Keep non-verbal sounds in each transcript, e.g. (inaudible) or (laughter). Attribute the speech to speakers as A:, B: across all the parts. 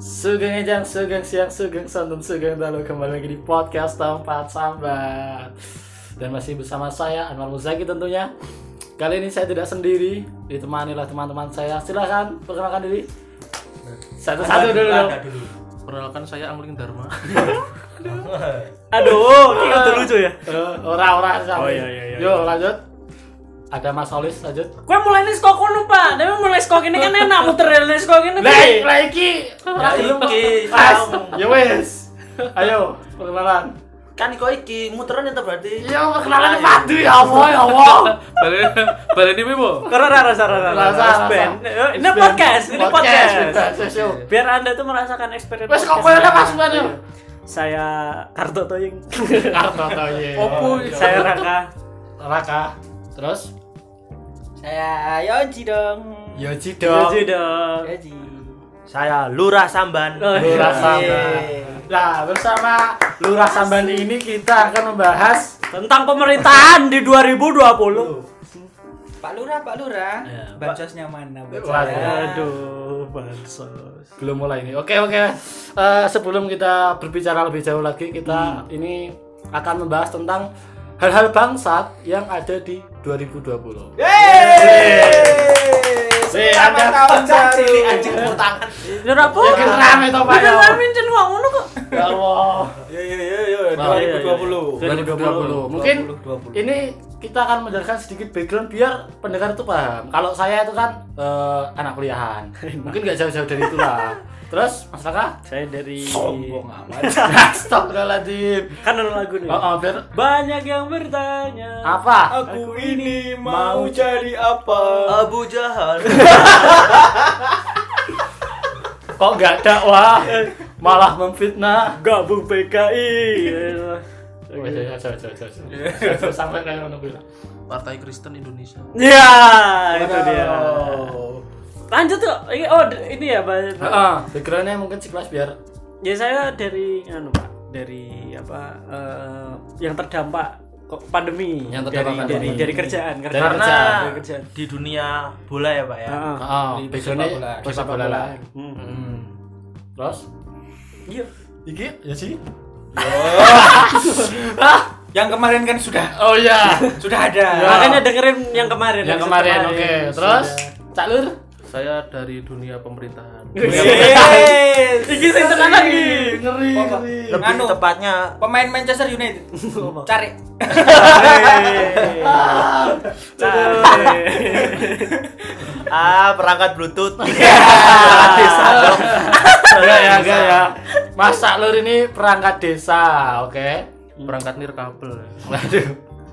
A: Sugeng Ejang, Sugeng Siang, Sugeng Son, dan Sugeng Dalu Kembali lagi di podcast Tempat Sambat Dan masih bersama saya, Anwar Muzaki tentunya Kali ini saya tidak sendiri, ditemani oleh teman-teman saya Silahkan, perkenalkan diri Satu-satu dulu dong
B: Ada dulu.
C: Perkenalkan saya Angling
A: (laughs)
C: Dharma.
D: Aduh, ini kan lucu ya.
A: Eh, Ora-ora sampai.
D: Oh, iya, iya, iya.
A: Yuk lanjut Ada Mas Olis, lanjut
D: (laughs) Kue mulai nih kok kono pak, tapi mulai skok ini kan enak muter dari skok ini.
A: Lai, Laiki
B: Nah, iki,
A: Mas,
B: kamu.
A: ya wes Ayo, perkenalan
B: Kan kok iki muteran itu berarti.
A: Ya, perkenalan padu ya Allah, ya Allah
C: Balik balik di Bimo.
D: Karena rara rara rara
A: Rasa,
D: rasa
A: rasa.
D: band. Eh, Ini podcast, ini podcast.
A: podcast, show.
D: Biar anda tuh merasakan experience.
A: Wes kok
D: podcast.
A: koyo ada pasukan yo.
D: Saya Karto Toying,
A: Karto to ye.
C: Opo
D: (laughs) saya Raka.
A: iya. Raka. Terus
B: Saya Yoji Ya, dong. Ya,
A: Yoji
D: Yoji dong.
A: Eh,
B: Yoji.
E: Saya Lurah Samban.
D: Oh, iya.
A: Lurah Samban. Nah, bersama Lurah Samban ini kita akan membahas
D: Tentang pemerintahan di 2020.
B: Pak Lurah, Pak Lurah. Bansosnya mana buat saya?
D: Aduh, bansos.
A: belum mulai ini. Oke, oke. Eh, sebelum kita berbicara lebih jauh lagi, kita ini akan membahas tentang hal-hal bangsat yang ada di 2020.
B: Yeay.
A: Selamat
B: Selamat tahun baru. Anjing tangan.
D: Lu apa?
A: Bikin Ya, kan rame to, Pak, ya.
D: Udah
A: yo.
D: rame Cen, kok ngono kok.
A: Ya Allah.
B: Yo yo yo yo
A: Nah,
D: iya, iya.
A: 2020.
B: 2020.
A: Mungkin
B: 2020.
A: ini kita akan menjelaskan sedikit background biar pendengar itu paham. Kalau saya itu kan eh, anak kuliahan. Mungkin nggak jauh-jauh dari itulah. Terus Mas Raka (laughs)
D: Saya dari
A: amat. Astagfirullahaladzim.
D: kan ada lagu nih.
A: Oh, oh, biar-
D: Banyak yang bertanya.
A: apa?
D: Aku ini
B: Mau jadi apa? Abu Jahal.
A: Kok nggak dakwah? Malah memfitnah.
D: gabung PKI.
A: Ya, Oke, jauh, jauh, jauh, jauh, jauh. Jauh, jauh, Sampai kayak ngono kuwi lah.
C: Partai Kristen Indonesia.
D: ya, itu dia. Lanjut tuh. Ini- Oh, d- ini ya, Pak.
A: Heeh, backgroundnya mungkin sekilas biar
D: Ya saya dari anu, Pak, dari apa eh, yang terdampak kok pandemi.
A: Yang terdampak
D: dari,
A: pandemi.
D: dari dari kerjaan, kerjaan.
E: Karena
A: kerjaan.
D: Dari kerjaan.
E: di dunia bola ya, Pak ya.
D: Heeh.
A: Heeh,
B: Di
A: backgroundnya
B: sepak bola.
A: sepak bola lah.
D: Hmm.
A: Hmm. Terus
D: Iya.
A: iki ya sih. (laughs)
B: Yang kemarin kan sudah
A: Oh iya.
B: sudah ada.
D: Makanya dengerin yang kemarin.
A: yang
D: episode
A: kemarin oke terus Cak Lur
C: Saya dari dunia pemerintahan.
D: (laughs) Iya,
B: Yes.
D: Iki sing tenan lagi.
A: ngeri
B: Apa?
A: (laughs)
E: Lebih
B: Anu.
E: tepatnya
B: Pemain Manchester United. Cari.
E: ah perangkat Bluetooth. (laughs)
A: desa dong enggak ya enggak ya Mas Cak Lur ini perangkat desa oke
C: Perangkat nirkabel.
A: waduh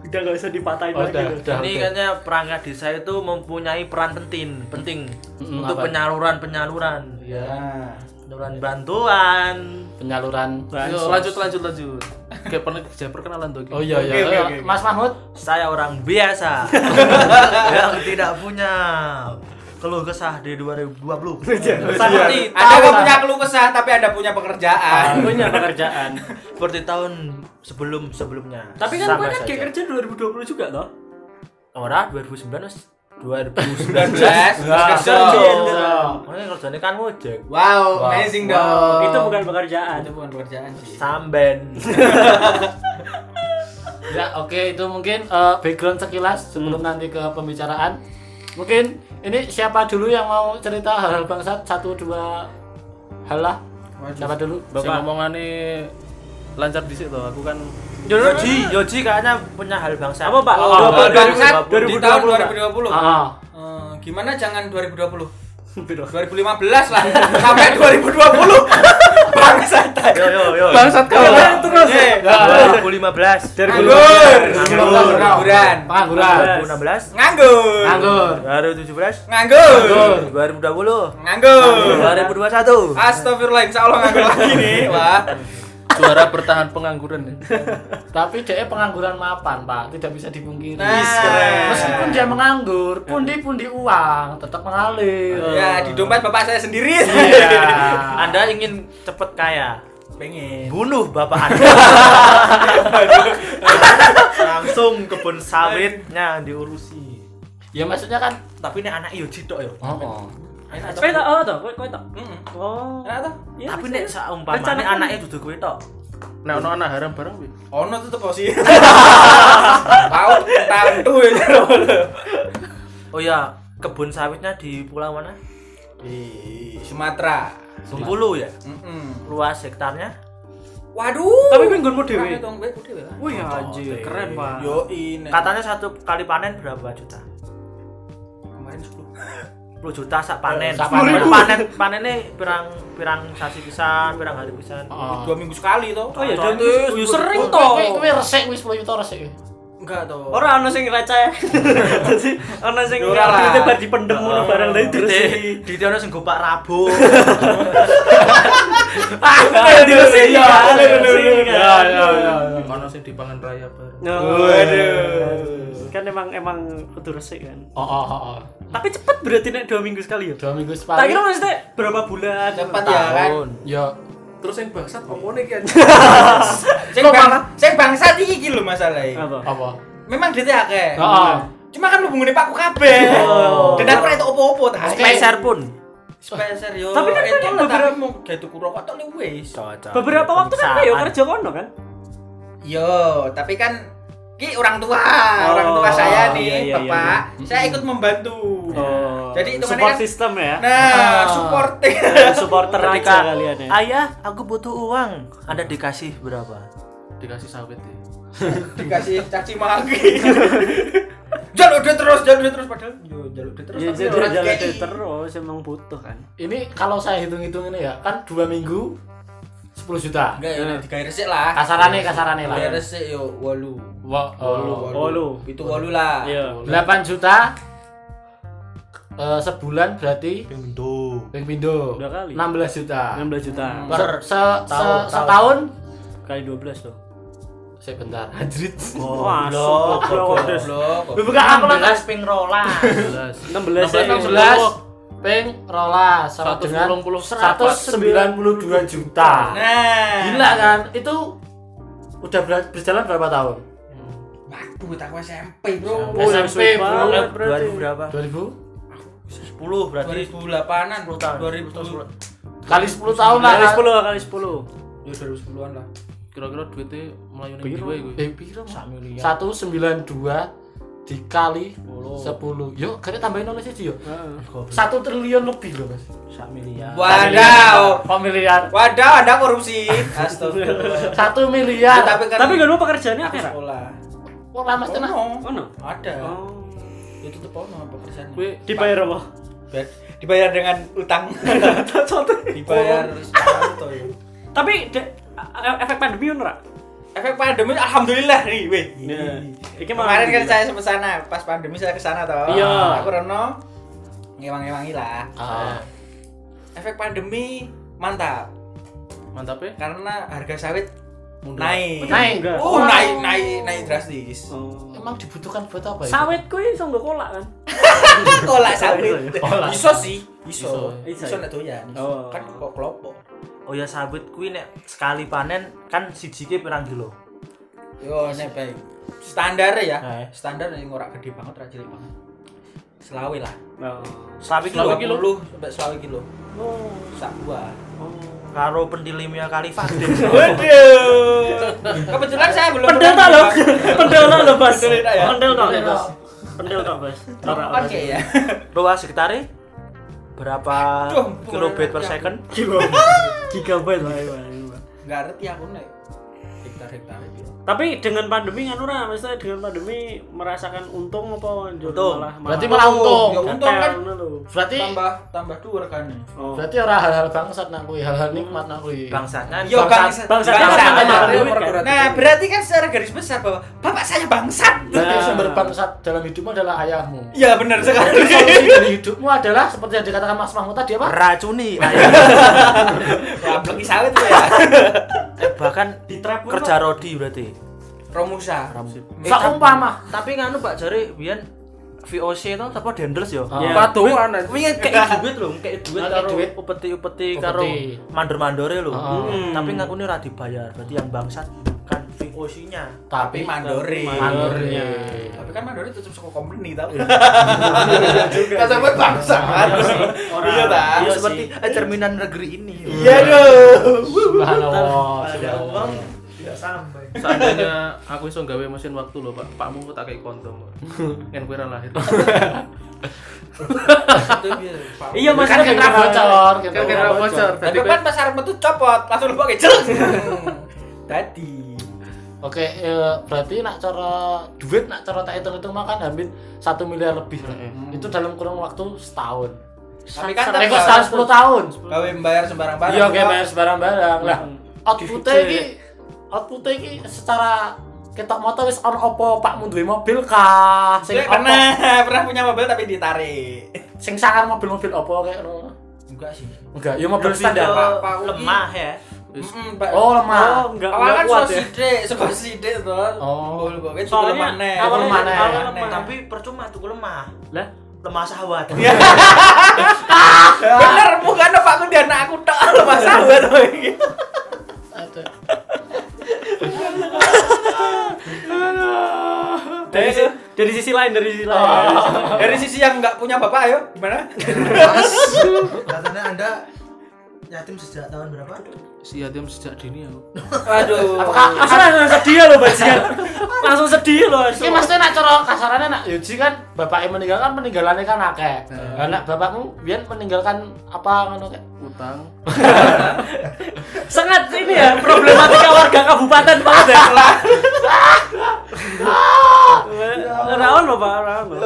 D: Udah enggak usah dipatahin
A: oh,
D: lagi.
A: udah
D: loh.
A: udah
E: Ini kan-
A: oke.
E: kayaknya perangkat desa itu mempunyai peran penting, penting
A: Mm,
E: untuk
A: apa?
E: penyaluran-penyaluran,
A: Ya,
B: Ah.
E: penyaluran bantuan.
A: penyaluran
C: Yo, lanjut lanjut lanjut. Kayak pernah kayak perkenalan tuh.
A: oh iya iya
B: Oke, oke,
A: Eh,
B: oke.
A: Mas Mahmud
E: Saya orang (laughs) biasa yang tidak punya keluh kesah di 2020.
B: Seperti
A: Ada
B: Anda nggak
A: apa?
B: punya keluh kesah tapi Anda punya pekerjaan.
D: Punya pekerjaan.
E: Seperti tahun sebelum-sebelumnya.
D: Tapi kan
E: Sama
D: gue kan
E: saja.
D: kayak kerja 2020 juga toh.
E: Ora 2009 wis 2019.
D: (laughs)
B: 19 terus kerja.
A: Iya.
E: Mana kerjane kan ngojek.
B: Wow, amazing dong.
D: Itu bukan pekerjaan.
B: Oh. itu bukan pekerjaan sih.
E: Samben.
A: ya oke itu mungkin eh, background sekilas sebelum nanti ke pembicaraan mungkin ini siapa dulu yang mau cerita hal-hal bangsat satu dua hal lah siapa dulu
C: Bapak ngomongane lancar dhisik tuh. Aku kan
E: Yoji, Yoji kayaknya punya hal bangsa.
D: Apa, Pak?
E: Oh,
D: Apa, Pak?
E: apa, Pak?
B: Bangsat di
D: 2020,
B: tahun
D: Pak.
B: 2020.
A: Ah.
B: Eh, gimana jangan 2020? 2015 lah (laughs) sampai 2020. Bangsat.
E: (laughs) Yo yo yo.
C: bangsat kau.
D: terus.
B: Eh,
E: Ya, 2015.
B: Nganggur.
E: Nganggur.
B: Pengangguran.
A: Pengangguran.
E: 2016.
B: Nganggur.
A: Nganggur.
E: 2017.
B: Nganggur.
E: 2020.
B: Nganggur.
E: 2021.
B: Astagfirullah, insya Allah nganggur lagi nih. Wah.
C: Juara bertahan pengangguran ya.
A: Tapi dia pengangguran mapan, Pak. Tidak bisa dipungkiri.
B: Nah. Keren.
A: Meskipun dia menganggur, pundi-pundi uang tetap mengalir.
B: Ya, di dompet bapak saya sendiri.
A: Iya.
E: (laughs) Anda ingin cepet kaya.
B: (laughs) Pengen.
E: Bunuh bapak
D: (laughs)
E: Anda. Langsung kebun sawitnya diurusi.
A: Ya maksudnya kan
E: Tapi ini anak Yoji tok yo.
A: Oh, oh.
B: Enak
D: Kowe tak oh toh, kowe kowe tak.
B: Mm-mm.
D: Oh.
B: Enak toh?
D: iya,
E: Tapi
D: wis,
E: nek
D: wis.
E: saumpamane
D: Rencana-
E: anaknya duduk kowe tok.
C: Nek ono anak haram bareng kuwi.
B: Ono tetep kok sih. Tahu tantu ini.
E: Oh ya, kebun sawitnya di pulau mana?
B: Di Sumatera.
E: Bengkulu ya.
B: Mm-mm.
E: Luas hektarnya.
B: Waduh.
D: Tapi kuwi nggonmu dhewe.
B: Kan itu gue dhewe lah.
D: Wih anjir, keren Pak.
B: Yo
A: Iya.
B: ini.
E: Katanya satu kali panen berapa juta?
B: kemarin 10.
E: 10 juta sak panen.
A: Eh, Sak
E: panen.
A: panen.
E: Panen panennya pirang pirang sasi pisan, pirang hari pisan.
A: Oh.
B: Dua minggu sekali toh.
D: Oh iya,
E: Contoh
D: dan
E: itu
D: wih,
E: sepuluh
D: sering
A: Kowe-
D: toh.
A: kowe- Kowe resik wis 10 juta resik. kowe.
B: Enggak toh.
D: Ora ono sing receh.
E: (laughs)
D: Dadi ono sing
B: Ora lah.
D: duitnya bar dipendem ngono barang dari terus.
E: Di di Oh, ono sing gopak rabo.
D: (laughs) Ah, terus
A: Iya, iya, iya, iya, iya, iya.
C: Ono sing dipangan raya bareng.
D: Waduh. Kan emang emang kudu resik kan.
A: Oh, oh, oh, oh.
D: Tapi cepet berarti nek 2 minggu sekali ya.
A: Dua minggu
D: Tak
A: sekali.
D: kira maksudnya berapa bulan?
B: Cepat ya kan.
A: Ya,
C: Terus yang bangsat omone iki anjing.
B: (laughs) Sing
A: Kok
B: bang,
A: malah-
B: sing bangsa iki lho masalahe.
D: Apa?
A: apa? Ah,
B: Memang dhete akeh.
A: Heeh.
B: Cuma kan hubungane Pak kabeh.
D: Oh.
B: Dan aku ora itu opo-opo ta.
E: Peser pun.
B: Spencer yo.
D: Tapi kan
B: entuk gitu,
D: kan
B: lah,
D: beberapa-
B: tapi mau gaya tuku rokok tok lho wis.
E: Cocok.
D: Beberapa waktu kan aku ya kerja kono kan?
B: Yo, tapi kan ki orang tua,
D: Oh,
B: orang tua saya
D: iya,
B: nih,
D: iya, Oh,
B: Bapak. Saya ikut membantu. Iya. Jadi itu
D: support
B: kan
D: system ya.
B: Nah,
A: Ah.
B: supporting.
D: (laughs) Eh, supporter aja
E: Ketika
D: kalian ya.
E: ayah aku butuh uang, anda dikasih berapa?
C: Dikasih sawit ya.
B: Dikasih caci maki. (laughs) jalur duit terus, jalur duit terus padahal. Yo, jalur duit terus.
D: Ya
B: tapi
D: jadi
B: orang
D: jalan
B: KI.
D: terus emang butuh kan.
A: Ini kalau saya hitung-hitung ini ya, kan dua minggu 10 juta.
B: Enggak, ya,
D: Iya.
B: digawe resik lah.
A: Kasarane kasarane lah.
B: Digawe resik yo 8.
A: Wa- oh.
D: Wolu.
B: Itu 8 lah.
D: Iya.
A: 8 juta eh, sebulan berarti
E: Ping bentuk.
A: ping pindo
D: Dua kali.
A: 16 juta.
D: 16 juta
A: Per se, se,
E: tahun.
A: setahun
D: kali 12 tuh.
A: sebentar. Hajrit.
D: Wah,
E: goblok,
D: goblok.
B: Goblok.
D: Buka aku lah.
E: Belas ping rolas.
D: 16 ya.
A: 16 ping rola sama dengan 192 juta.
B: Nah.
A: Gila kan? Itu udah ber- berjalan berapa tahun?
B: Waktu tak aku SMP, Bro.
D: Oh, yang
A: SMP,
D: sumpah.
A: bro.
D: Berapa
E: Dua
D: berarti?
E: ribu berapa?
A: 2000
E: Sepuluh berarti.
B: 2008-an,
E: 10 tahun.
B: 2010.
A: kali 10 tahun lah.
D: Kali
A: kan?
D: 10 kali 10.
B: Ya 2010-an
D: Nah.
B: lah.
C: Kira-kira duitnya melayu ning
D: Piro?
C: dhewe kuwi.
A: Eh, piro? 192 dikali 10. Yuk, kalian tambahin oleh sih, yuk.
D: Heeh.
A: 1 triliun lebih loh, Mas.
E: Sak miliar.
B: Wadaw.
D: Nah.
A: Oh, Pemilihan
B: Wadah, Anda korupsi. Astagfirullah.
A: 1
B: Ya,
A: miliar.
B: tapi kan
D: Tapi kan mau pekerjaannya
B: aku
D: akeh ra?
B: sekolah.
A: Ora Mas tenang.
B: Ono.
D: Ono.
B: Ada.
D: Oh.
B: Itu tetep ono pekerjaannya.
C: Kuwi
D: Dibayar apa?
B: Ba- dibayar dengan utang. dibayar santuy.
D: Tapi de- e- efek pandemi ono ra?
B: Efek pandemi alhamdulillah nih, weh.
D: Iya. Iki mah
B: Kemarin kan
D: alhamdulillah.
B: saya sampai sana, pas pandemi saya ke sana toh.
D: Iya.
B: Aku Rono ngewang-ngewangi lah.
A: Ah.
B: Efek pandemi mantap
A: Eh,
C: mantap ya.
B: karena harga sawit
C: Mundur.
B: naik.
A: Naik.
D: Enggak.
B: Oh, naik, naik, naik drastis.
D: Oh.
A: Emang dibutuhkan buat apa ya? itu?
D: Sawit kuwi iso nggo kolak kan?
B: kolak
D: sawit.
B: sawit.
A: Kolak.
B: Iso sih,
C: Iso.
B: iso.
D: Iso.
B: Iso nek doyan. iso.
D: Oh.
B: Kan kok kelompok.
E: Oh ya sawit kuwi nek sekali panen kan siji ki pirang kilo.
B: Yo nek bae. Standar ya.
E: Nah, ya.
B: Standar yang ora gede banget, ora cilik banget. Selawe lah.
D: Oh.
E: Selawi kilo.
C: Selawe kilo.
B: 20 sampai selawe kilo.
D: Oh.
B: Sak buah.
E: Karo pendilimnya kali
D: (laughs)
E: Fadil.
B: Waduh. Kebetulan saya belum
D: Pendel tak lo? Pendel tak lo, Bas?
B: Pendel tak ya?
D: Pendel tak lo, Bas? Pendel tak, Bas? Ora,
B: Oke
D: Bas.
B: ya.
E: Luas hektare e? berapa
B: Aduh,
E: kilobit per
B: ampun. Ya.
E: second?
D: Kilo. Gigabyte lah, iya, Bas.
B: Enggak ngerti aku nek hektar-hektar gitu.
D: Tapi dengan pandemi kan ora, maksudnya dengan pandemi merasakan untung apa njur
E: Untung.
D: malah
A: Berarti malah untung.
B: Ya untung kan
D: Ketel, lo.
A: Berarti
B: tambah tambah kan. dua rekannya.
D: Oh.
A: berarti ora hal-hal bangsat nak kuwi, hal-hal nikmat nak kuwi.
E: Bangsatnya
B: Yo kan, bangsa,
D: bangsa-
A: bangsa-
D: bangsa-
B: Nah, berarti kan secara garis besar bahwa bapak saya bangsat.
A: Berarti
B: (laughs)
D: Nah.
A: sumber bangsat dalam hidupmu adalah ayahmu.
B: Ya benar
A: Berarti
B: sekali.
A: solusi dari hidupmu adalah seperti yang dikatakan Mas Mahmud tadi apa?
E: racuni
B: (laughs) Gablek sawit tuh ya.
E: eh, bahkan
D: Di trap kuwi,
E: kerja rodi berarti
B: Romusa.
A: Saumpama.
E: Eh, tapi nganu Pak Jare biyen VOC itu apa dendels yo
A: Ah.
C: Patuan anjing.
E: ya. wingi kayak duit lho kayak duit
A: Ada
E: karo
A: duit.
E: upeti-upeti
A: Upeti.
E: karo mandor-mandore lho
A: Ah.
E: Hmm, tapi ngaku ini ora dibayar berarti yang bangsat kan VOC porsinya
A: tapi
B: mandori.
A: mandornya
B: Tapi kan mandori tutup sekolah company tau.
E: juga
B: Kan sampai bangsa kan.
E: orang
B: Iya, Ta.
E: iya
B: Iya
E: seperti eh, cerminan negeri ini
B: Iya dong.
A: subhanallah
E: ada
A: subhanallah.
E: uang tidak sampai
C: Seandainya aku iso gawe mesin waktu loh, Pak. Pakmu tak kayak kondom. Kan kue ra lahir.
B: Itu biar.
D: Iya mas,
A: kan kena bocor
C: Kan kira bocor. Tadi
B: Tapi
C: kan
B: kan pas arepmu tuh copot, langsung lu pakai jelek. Tadi.
A: Oke, eh, berarti nak cara duit nak cara tak hitung itu makan hampir satu miliar lebih. lah. Itu dalam kurun waktu setahun.
B: Tapi kan
A: Nek kok setahun sepuluh tahun.
B: gawe membayar sembarang barang.
A: Iya, oke bayar sembarang-barang. Lah, Hmm. outputnya
D: Dicek.
A: ini outputnya ini secara ketok motor wis ono opo Pak duwe mobil kah? Sing
B: Saya
A: opo?
B: pernah pernah punya mobil tapi ditarik.
A: Sing sangar mobil-mobil opo kayak ngono.
B: Enggak sih.
A: Enggak, ya mobil
E: Lebih ke
A: standar.
B: Pak. Pak Ugi.
E: lemah ya
B: Mm, Pak.
A: Oh, lemah.
D: Oh, enggak,
B: awal
D: enggak
B: kan
D: kuat
B: so
D: ya.
B: sidik, so sidik tuh.
A: Oh.
B: Boleh
D: Soalnya
A: awalnya- awalnya
E: Lemah, tapi percuma tuh lemah
D: Lah,
E: lemah (laughs) sahwat
B: bener bukan apa aku dia anak aku tok lo (laughs) masalah tuh.
A: Ada.
D: dari, si- dari sisi lain, dari sisi lain.
B: Oh. Dari sisi yang nggak punya bapak ayo gimana?
E: katanya anda yatim sejak tahun berapa
C: si yatim sejak dini aku.
B: Aduh.
A: Apakah
D: Langsung langsung sedih loh bajingan. Langsung sedih ya loh.
A: Ini maksudnya nak cara kasarannya nak Yuji kan bapaknya meninggal kan peninggalannya kan akeh. Lah nak bapakmu biyen meninggalkan apa ngono kayak
C: Utang.
D: Sangat ini ya problematika warga kabupaten banget ya. Raon loh pak, raon loh.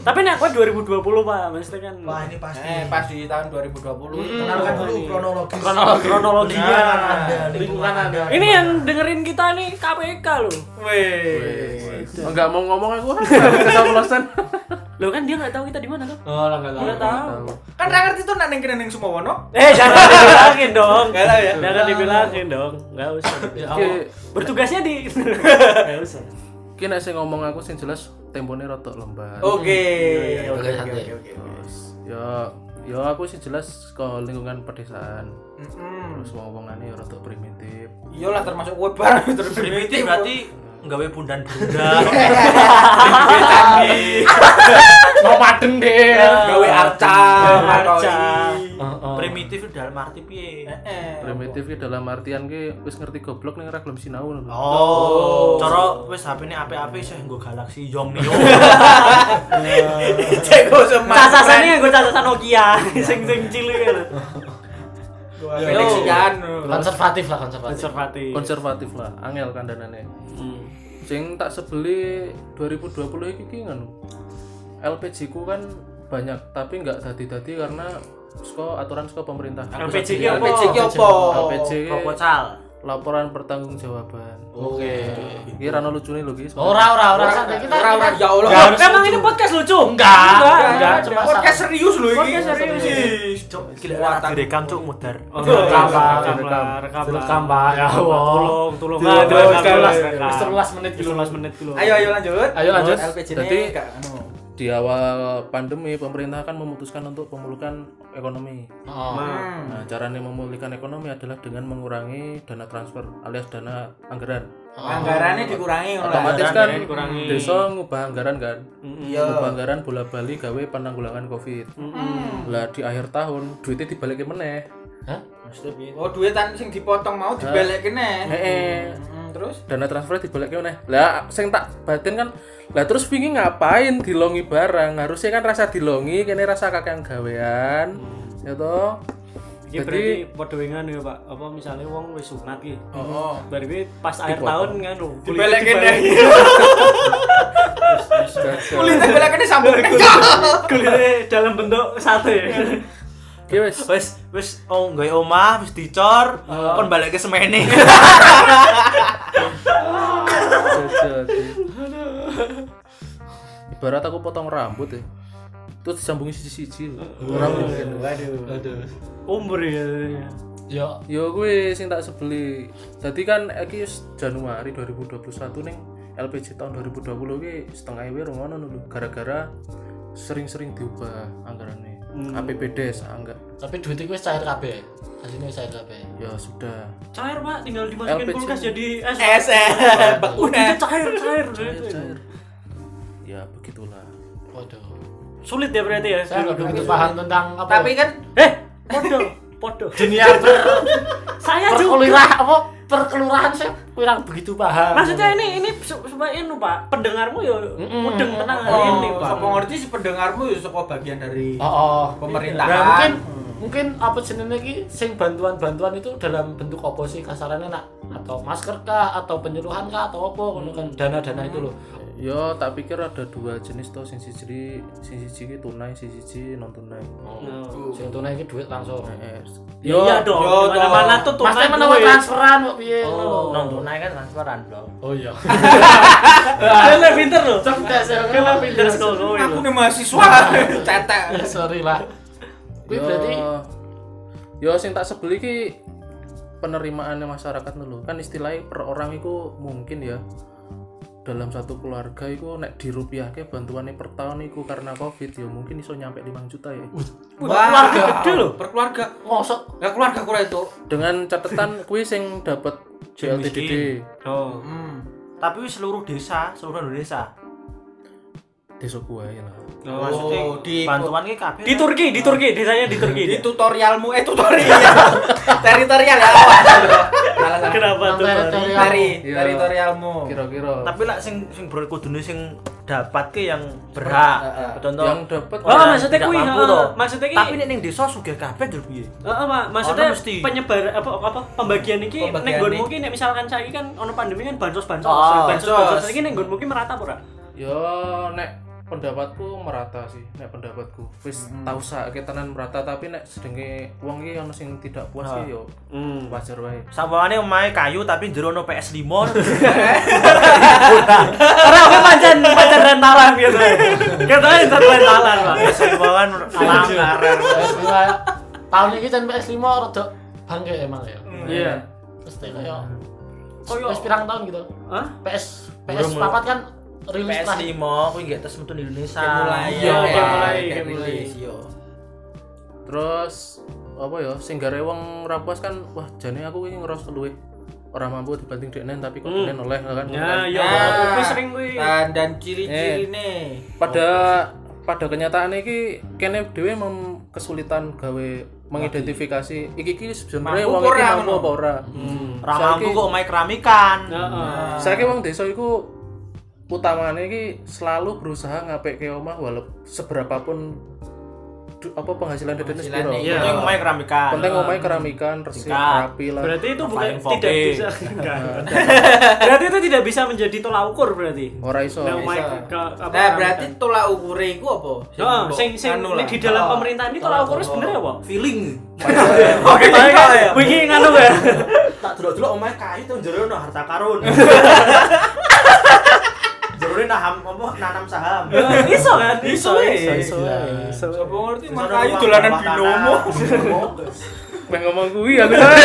D: Tapi nek aku 2020 pak, maksudnya kan
E: wah ini pasti
B: Eh pas di tahun 2020
E: kenalkan dulu kronologis
A: kronologi.
D: kronologinya.
E: lingkungan anda lingkungan anda
D: Ini yang dengerin kita nih KPK loh.
B: Weh.
C: Enggak mau ngomong aku. Keceplosan.
D: Loh kan dia nggak tahu kita di mana kan?
A: Oh, lah enggak tahu.
D: Nggak tahu.
B: Kan ra ngerti tuh naneng kene ning Sumowono.
D: Eh jangan dibilangin dong.
B: Enggak tahu ya.
D: Jangan dibilangin dong. Nggak usah.
C: Ki-
D: Bertugasnya di. Nggak usah.
C: Ki nek sing ngomong aku sing jelas tempone rada lembat.
B: Oke.
A: Oke,
B: Oke oke
A: santai.
B: oke, oke.
C: Ya, ya aku sih jelas ke lingkungan pedesaan.
B: Mm-mm.
C: Terus ngomongannya ya rada primitif.
B: Iyalah Hmm. Iya termasuk gue barang terus (laughs)
E: primitif berarti nggawe bundan (laughs) bunda Iya.
A: Mau madeng deh.
B: gawe arca,
D: Arca.
E: primitif itu dalam arti piye
B: Eh.
C: Primitif ki dalam artian ki wis ngerti goblok ning ra gelem sinau lho.
E: Oh, cara wis HP-ne apik-apik sih nggo Galaxy (laughs) Yongmyo.
B: Cego semua.
D: Casasannya gue casasan Nokia. Sing sing cilik ya. loh.
B: Koleksian.
A: Konservatif lah konservatif.
D: Konservatif.
C: Konservatif lah, angel kandanane. Sing tak sebeli 2020 iki ki nganu. LPG ku kan banyak tapi nggak dadi-dadi karena saka aturan saka pemerintah.
D: LPG ki apa?
B: LPG ki opo?
C: LPG ki
E: Proposal.
C: laporan pertanggungjawaban. Iya,
A: Oke.
C: Iki ra ono lucune lho ki.
A: Ora ora ora santai kita.
B: Ora ora ya Allah.
D: Loh, Emang ini podcast lucu?
A: Enggak.
B: Enggak,
A: Enggak, cuma
B: podcast serius loh ini.
D: Podcast serius.
E: Cok, gila Oh.
B: Kekuatan.
E: direkam cok mudar.
D: Rekam
A: Rekam,
D: lah, rekam lah, rekam
A: Rekam, Pak. Ya Allah.
D: Tolong, tolong.
B: Tolong,
D: Nggak, rekam,
B: tolong.
D: rekam.
A: Wis 13 menit gitu.
D: 13 menit dulu.
B: Ayo ayo lanjut.
A: Ayo lanjut.
B: LPG ini
C: Jadi-
B: enggak anu.
C: Di awal pandemi pemerintah kan memutuskan untuk pemulihan ekonomi.
A: Oh.
C: Nah, caranya memulihkan ekonomi adalah dengan mengurangi dana transfer alias dana anggaran.
B: Ah. Anggarannya dikurangi orang.
C: Otomatis kan
D: anggarannya dikurangi.
C: desa ngubah anggaran kan.
B: Iya.
C: Ngubah anggaran bola bali gawe penanggulangan Covid. Lah di akhir tahun duitnya dibalikin meneh.
A: Hah?
B: Oh, duitan sing dipotong mau dibalikin
C: Eh.
B: neh.
C: Heeh.
B: Mm, Terus
C: Dana transfer dibalikin meneh. Lah sing tak batin kan lah terus wingi ngapain dilongi barang? Harusnya kan rasa dilongi kene rasa kakek gawean. Ya toh.
D: Iki berarti podo wingan ya, Pak. Apa misalnya wong wis sunat ki.
B: Oh.
D: Baru ki pas akhir tahun kan lho, kulit
B: dibalikin neh.
D: dibalik-
B: (laughs) Kulit dibalikin neh Oh, sambung nekak.
D: Kulitnya dalam bentuk sate.
C: Ki wis
E: (laughs) Wis wis oh nggawe omah wis dicor, kon balik ke (laughs) semene.
C: Jadi. Ibarat aku potong rambut ya. Terus disambungi siji-siji lho. Ora mungkin.
D: Umur ya.
A: Yo.
C: Yo gue sing tak sebeli. Tadi kan iki wis Januari 2021 ning LPG tahun 2020 ki setengah wae ngono lho gara-gara sering-sering diubah anggarannya. APBD angga
A: Tapi duit iku wis cair kabeh. Asine wis ada kabeh.
C: ya sudah
D: cair pak tinggal dimasukin
C: LPG.
D: kulkas jadi es
B: es beku
D: udah cair cair
C: cair cair ya begitulah
A: Waduh.
D: sulit ya berarti ya
A: Saya nggak begitu paham tentang apa.
B: tapi kan
D: eh podo podo
A: dunia per Iya
D: saya juga
A: perkelurahan apa perkelurahan saya kurang begitu paham.
D: maksudnya ini ini supaya ini pak pendengarmu ya mudeng tenang hari
B: oh,
D: ini pak
B: sapa ngerti si pendengarmu ya saka bagian dari
A: Oh, oh.
B: pemerintahan.
A: Nah, mungkin mungkin apa jenenge iki sing bantuan-bantuan itu dalam bentuk apa sih kasarannya nak atau masker kah atau penyuluhan kah atau apa ngono kan dana-dana itu loh.
C: ya tak pikir ada dua jenis toh sing siji sing siji ki tunai sing siji non tunai
A: Sing tunai iki duit langsung.
C: Eh,
D: Yo, iya dong,
B: yo,
D: mana mana tuh tuh
A: Mas temen apa transferan kok piye ngono lho.
E: non tunai kan transferan bro
A: Oh iya.
D: Kalian pinter loh.
A: Cerdas ya.
D: Kalian pinter sekali kowe
B: aku
D: lho.
B: nih mahasiswa (laughs) cetek
A: (laughs) Sorry lah. Kuwi
C: Yo-
A: berarti
C: yo sing tak sebeli ki penerimaannya masyarakat dulu kan istilahnya per orang itu mungkin ya dalam satu keluarga itu nek dirupiahke bantuannya per tahun itu karena covid ya mungkin iso nyampe 5 juta ya
B: Wah,
D: keluarga gede loh.
B: per keluarga
A: ngosok
B: ya keluarga kurang itu
C: dengan (laughs) catatan kui sing dapat JLTDD
D: Oh.
B: hmm.
E: tapi wis seluruh desa seluruh Indonesia
C: desa gua ya lah
E: maksudnya
B: Oh, di-
E: bantuan ki kabeh
D: Di Turki, di Turki, desanya di Turki.
B: di tutorialmu eh tutorial
D: (laughs)
B: teritorial ya awas. salah salah
D: Kenapa tuh? Pak?
A: teritorial.
B: Teri,
C: Iya.
B: teritorialmu
C: kira-kira
E: tapi lah sing sing bro kudune sing dapat ke yang berhak
B: Heeh.
E: contoh
C: yang dapat
D: Oh, maksudnya
E: tidak
D: kui,
E: mampu
D: ha,
E: toh.
D: maksudnya ki-
E: tapi nek ning desa sugih kabeh lho piye
D: Heeh, Pak. Maksudnya
E: Ono mesti.
D: penyebar apa apa pembagian iki
B: Pembagian
D: nek nggon
B: ini.
D: mungkin nek misalkan saiki kan ono pandemi kan bansos-bansos.
B: Oh,
D: Bansos-bansos
B: bansos.
D: saiki nek nggon mungkin merata apa ora?
C: yo nek pendapatku merata sih nek pendapatku wis tau sak tenan merata tapi nek sedenge wong iki ono sing tidak puas ki yo wajar wae
E: Sawane omahe kayu tapi jero ono PS5.
D: Ora aku pancen pancen rentalan gitu. Katanya pancen rentalan, Pak.
E: PS5 kan alam karet.
A: PS5 Iya. tahun ini kan PS5 rada bangke emang ya.
D: Iya.
A: Pasti kayak
D: Koyo-
A: PS pirang tahun gitu.
D: Hah?
A: PS PS papat kan rilis lah.
E: PS5 kuwi nggak terus metu Indonesia.
B: Kayak mulai
D: Iya,
B: ya,
D: kayak
B: kayak
D: mulai,
B: kayak
D: kayak mulai.
B: rilis, iya. yo.
C: terus apa ya sing gare wong ra puas kan wah jane aku iki ngeros luwe ora mampu dibanding deknen tapi kok deknen oleh lah kan
D: Ya, ya,
B: Nah,
D: kuwi sering kuwi.
B: dan dan
D: Eh,
B: ciri-ciri nih
C: pada pada kenyataan iki kene dhewe mem- kesulitan gawe mengidentifikasi iki iki
B: Mampu
C: sebenarnya wong
B: apa
C: iki
B: ora,
C: mampu
B: ngono?
C: apa ora
E: Ra mampu kok omahe keramikan.
D: Heeh.
C: saiki wong desa iku utamane iki selalu berusaha ngapik ke omah walau seberapapun du- apa penghasilan dedene sepiro
B: Penghasilannya,
E: Penting omahe keramikan.
C: penting omahnya keramikan bersih
E: iya. Tingkat.
C: rapi lah
D: Berarti itu bukan
E: Paling foke.
D: tidak bisa. (laughs) Enggak.
B: Nah,
D: Berarti itu tidak bisa menjadi tolak ukur berarti.
C: ora iso
D: Nah, omah
B: bisa.
D: ke- ke- apa-
B: nah berarti tolak ukure iku apa
D: Oh, sing sing
B: Anu lah.
D: di dalam
B: Oh.
D: pemerintahan ini tolak ukurnya sebenarnya apa? (laughs)
E: feeling.
D: Oke, ya. Wingi nganu
B: (laughs)
D: ya.
E: Tak delok-delok omahe kayu tuh jero ono harta karun. Jerone naham apa nanam saham.
B: Iya.
D: Iso kan? Iso.
B: iso,
A: Iya,
D: iso. Iso.
B: Apa ngerti
E: Terus
B: mah
E: ono
B: kayu
E: rumah-
B: dolanan
E: rumah
D: (laughs)
B: binomo.
E: tanah.
C: pengen ngomong kuwi aku salah.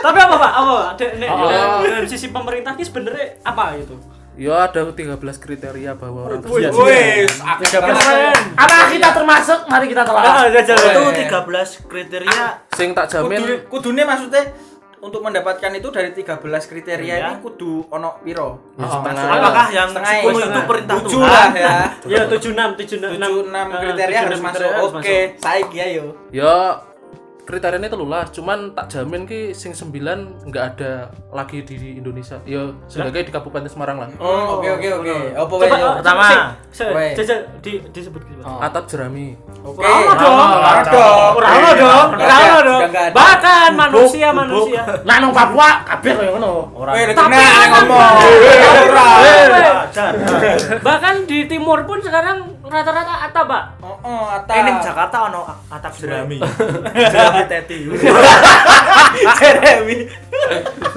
D: Tapi apa Pak? Apa Pak? Dek- nek-
C: Oh.
D: dalam- Dalam sisi pemerintah ini sebenarnya apa gitu?
C: Ya ada 13 kriteria bahwa orang
D: Wih,
C: tersebut
B: Wes, akeh banget.
A: Apa kita termasuk? Mari kita
D: Nah,
A: tolak.
D: jajal.
E: Itu
B: Eh.
E: 13 kriteria
C: sing tak
B: Kudu,
C: jamin
B: kudune maksudnya untuk mendapatkan itu dari 13 kriteria
E: Iya.
B: ini kudu ono piro?
D: Oh.
C: Ya, setengah.
E: apakah yang
B: Setengah,
E: 10 itu
B: setengah.
E: perintah
B: Tujuh lah
E: Tuhan?
B: ya.
D: (laughs) Ya 76 76
B: 76 kriteria harus masuk. Oke, saiki ayo.
C: ya kriterianya telulah cuman tak jamin ki sing 9 nggak ada lagi di Indonesia ya sebagai di Kabupaten Semarang lah
B: Oh, oke oke oke. Apa wae
D: Coba
B: yo?
D: oh,
E: pertama.
D: sing- sing-
B: Weh.
D: Jajal di disebut gitu.
A: Oh.
D: Pak.
C: atap jerami
B: Oke. Ora
D: Ora ono dong, ora ono dong.
B: Udah nggak ada.
D: Bahkan manusia manusia.
A: Nah, nang Papua kabeh koyo ngono.
E: Orang
B: Weh,
D: Tapi
B: nek
D: kan-
B: ngomong. Ora.
D: Bahkan di timur pun sekarang rata-rata atap, Pak.
B: Heeh,
E: Eh, ning
B: Oh, atas.
E: Jakarta ono atap jerami. Jerami (laughs) teti.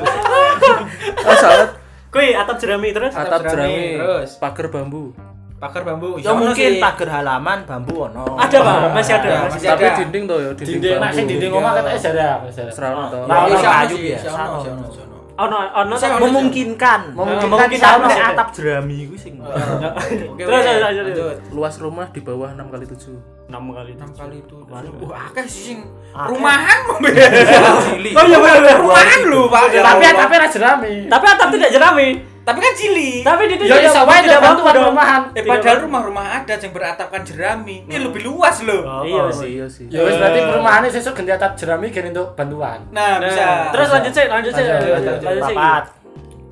C: oh salah
D: Kui atap jerami terus.
A: Ah.
C: atap
B: jerami,
C: jerami
B: terus.
C: pagar bambu
B: Pakar bambu.
E: Ya mungkin
B: tak
E: pagar halaman bambu ono.
D: Ada, Pak.
A: Ah.
D: Masih ada.
B: Ada,
D: masih
B: masih
C: tapi
B: ada.
C: dinding toh ya dinding Oh.
A: Dinding nak sing
C: bambu
A: dinding omah katanya jarang, jarang.
C: Serana toh.
E: Nah,
B: Ono
E: ono
B: kayu
E: kayu
B: ya.
E: ya.
B: Ono, ono, ono.
D: ono ono
B: Saya
D: tapi-
B: ono-
E: memungkinkan
B: Memungkinkan
E: memungkinkan
B: sama.
E: nek atap jerami kuwi (laughs) sing
B: Oke,
D: Terus,
B: oke,
D: lanjut, lanjut.
B: lanjut.
C: Luas rumah di bawah 6 kali 7.
D: enam kali
B: enam kali itu
D: Waduh.
B: wah akeh sih sing
E: Akeh.
B: rumahan mau
E: Cilik.
D: Oh iya benar benar.
B: rumahan lho pak
A: Ya, tapi tapi ra jerami.
D: Tapi atap tidak jerami.
B: tapi kan cili
D: Tapi itu
A: Ya
D: tidak
A: iso wae
D: tidak
A: bantu
D: bantu dong.
A: rumahan.
B: eh padahal rumah-rumah adat yang beratapkan jerami ini lebih luas loh
E: Oh,
D: Iya sih.
C: Iya sih.
A: Ya wis berarti perumahannya sesuk ganti atap jerami gen untuk bantuan.
B: nah bisa
D: Terus lanjut sih, lanjut sih.
A: Lanjut,
D: Lanjut
A: lanjut.
D: sih.
E: papat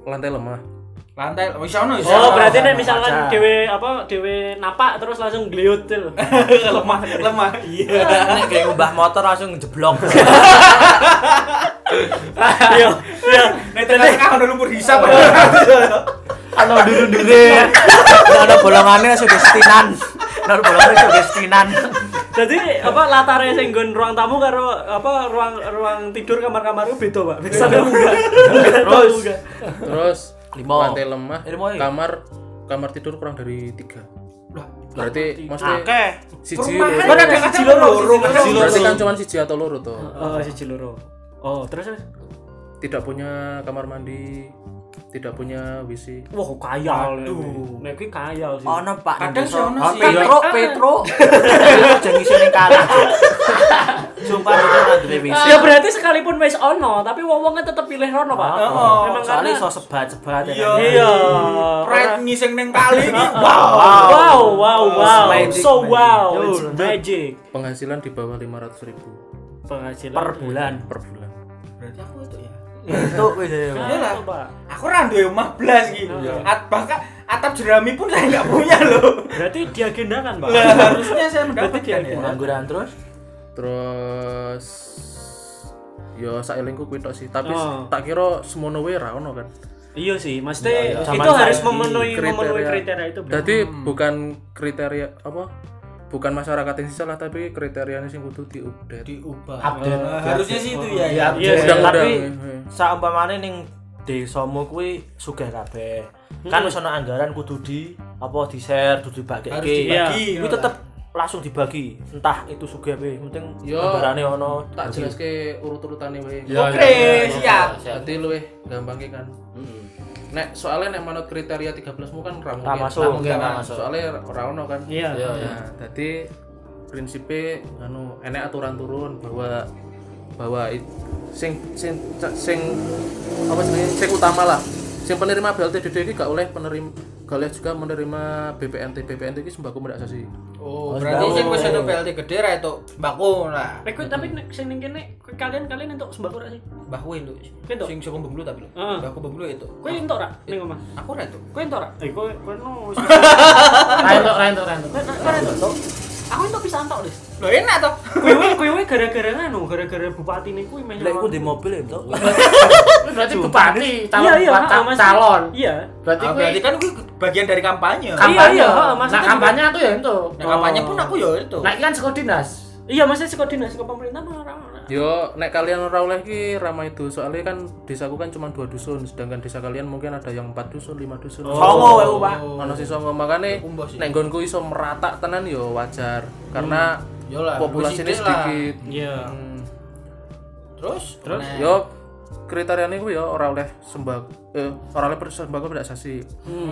C: Lantai lemah.
B: lantai oh bisa ono bisa
D: Oh,
B: ono. (laughs)
D: berarti
A: Sama
D: nih misalkan
A: aja.
D: dewe apa dewe napak terus langsung gliut tuh.
B: lemah lemah iya
E: (laughs) nek kayak ngubah motor langsung jeblok
D: Iya. Iya.
B: nah ternyata kan udah lumpur hisap
E: ana dure-dure ana bolongannya sugestinan ana bolongannya sugestinan
D: Jadi apa latarnya sing nggon ruang tamu karo apa ruang ruang tidur kamar-kamar itu beda, Pak. Bisa enggak? Terus
C: Terus
E: Lima.
C: lantai lemah.
E: Lima, iya.
C: Kamar kamar tidur kurang dari 3.
B: Lah,
C: Berarti maksudnya
E: akeh
C: siji
B: perumahan
C: loro.
D: Mana ada-
B: kadang-kadang
D: Siji loro,
B: loro,
D: siji
B: kadang-
E: loro.
C: Berarti kan cuma siji atau loro toh.
D: Oh, si Ciluro. Oh, terus terus.
C: Tidak punya kamar mandi, tidak punya WC.
D: Wah, kaya. Aduh, nek kuwi kaya sih.
E: ana pak
B: Kadang
E: Ndoso.
B: sih ono sih.
E: Petro (laughs) Petro Petro jengi sini kali sumpah itu ora duwe wis
D: Ya berarti sekalipun wis ono, tapi wong-wongnya tetep pilih rono, Pak.
B: Heeh.
D: Memang
E: soalnya
D: karena-
E: iso sebat-sebat
B: Iya.
D: Iya.
B: pride ngising neng kali ini
D: Wow,
B: wow
D: wow, wow, wow.
E: magic,
D: Oh, so
E: magic.
D: wow,
E: Yo,
D: it's magic.
C: Penghasilan di bawah 500 ribu
D: Penghasilan
E: per bulan
C: per bulan.
B: berarti aku itu ya
E: itu wis
B: Iya lah.
D: Nah, Pak.
B: aku randu yang mah belas gitu At, bahkan atap jerami pun saya nggak punya loh
D: Berarti diagendakan, Pak.
B: lah harusnya saya
D: dia
B: mendapatkan ya
E: pengangguran terus
C: Terus yo saelingku kuwi tok sih, tapi
D: Oh.
C: tak kira semono wae ra ono kan.
D: Iya sih, maksudnya
E: Zaman
D: itu harus
E: saiki
D: memenuhi memenuhi kriteria itu. Bro.
C: Jadi bukan kriteria apa? Bukan masyarakat yang sisa lah, tapi kriterianya sih kudu diupdate.
E: diubah
A: Update.
B: harusnya sih itu ya ya
D: Iya,
C: Undang-undang,
E: tapi
C: eh, eh.
E: saumpamane ning desamu kuwi sugih kabeh. Kan wis ana anggaran kudu di apa di share, kudu dibagikke.
B: harus dibagi
E: Iya. Kuwi tetep langsung dibagi. Entah itu sugih apa, penting
C: Yo.
E: anggarane ono.
C: Tak jelas ke urut-urutannya wae.
A: Ya,
B: oke
A: iya.
B: siap
A: Oh,
C: Berarti lu eh gampangnya kan.
A: Hmm.
C: Nek soalnya nek manut kriteria 13 mu kan
E: Tak
C: ra mungkin.
E: masuk.
C: Nah,
A: Mungkin ra masuk.
C: Soalnya ra ono kan.
D: Iya.
A: Iya, iya.
C: Nah, tadi prinsipnya anu enek aturan turun bahwa bahwa it- sing sing sing apa jenenge sing utama lah. Sing penerima BLTDD iki gak oleh penerima gak oleh juga menerima BPNT BPNT iki sembako mendasasi.
B: oh berarti sih gue satu PLT gede ra itu mbakku lah
D: Eh, kuwi tapi nek sing ning kene kuwi kalian kalian untuk sembako ra sih?
B: mbakku itu
D: Kentuk?
B: sing sing benglu tapi lo
D: Heeh.
B: mbakku benglu itu
D: Kuwi entuk ra ning omah?
B: aku ra itu
D: Kuwi entuk ra? Eh, kuwi kuwi no.
A: Rain tok, rain tok, rain tok.
D: Kuwi kuwi entuk. Aku entuk pisan tok, Des.
B: lo enak toh (laughs)
D: Kuwi kuwi- kuwi gara-gara nganu, gara-gara bupati nih kuwi meh.
E: Lek iku di mobil itu.
A: Ini Berarti bupati, calon
D: Iya, iya,
A: buat
D: ah,
A: ca-
D: Mas.
A: calon.
D: Iya.
A: Berarti
B: Ah,
A: kuwi
B: berarti kan gue bagian dari kampanye
D: Kam-
A: kampanye.
D: Iya, iya, ah, Mas,
A: nah,
D: itu
A: kampanye aku ya itu.
B: nah kampanye pun aku ya itu
A: Nah, ini kan sekolah dinas.
D: Iya, maksudnya seko dinas seko pemerintah mah ora ora.
C: Yo nek kalian ora oleh iki ramai itu soalnya kan desaku kan cuma dua dusun sedangkan desa kalian mungkin ada yang empat dusun lima dusun. Oh.
E: Songo wae ku, Pak.
C: Ono sih songo makane
B: Kumbah sih.
C: nek nggonku iso merata tenan yo wajar karena
B: Yolah,
C: populasinya
B: wis sithik lah.
C: sedikit.
D: Iya.
C: Hmm.
B: terus terus
C: Yo kriteriane ku yo ora oleh sembako eh ora oleh sembako bedaksasi.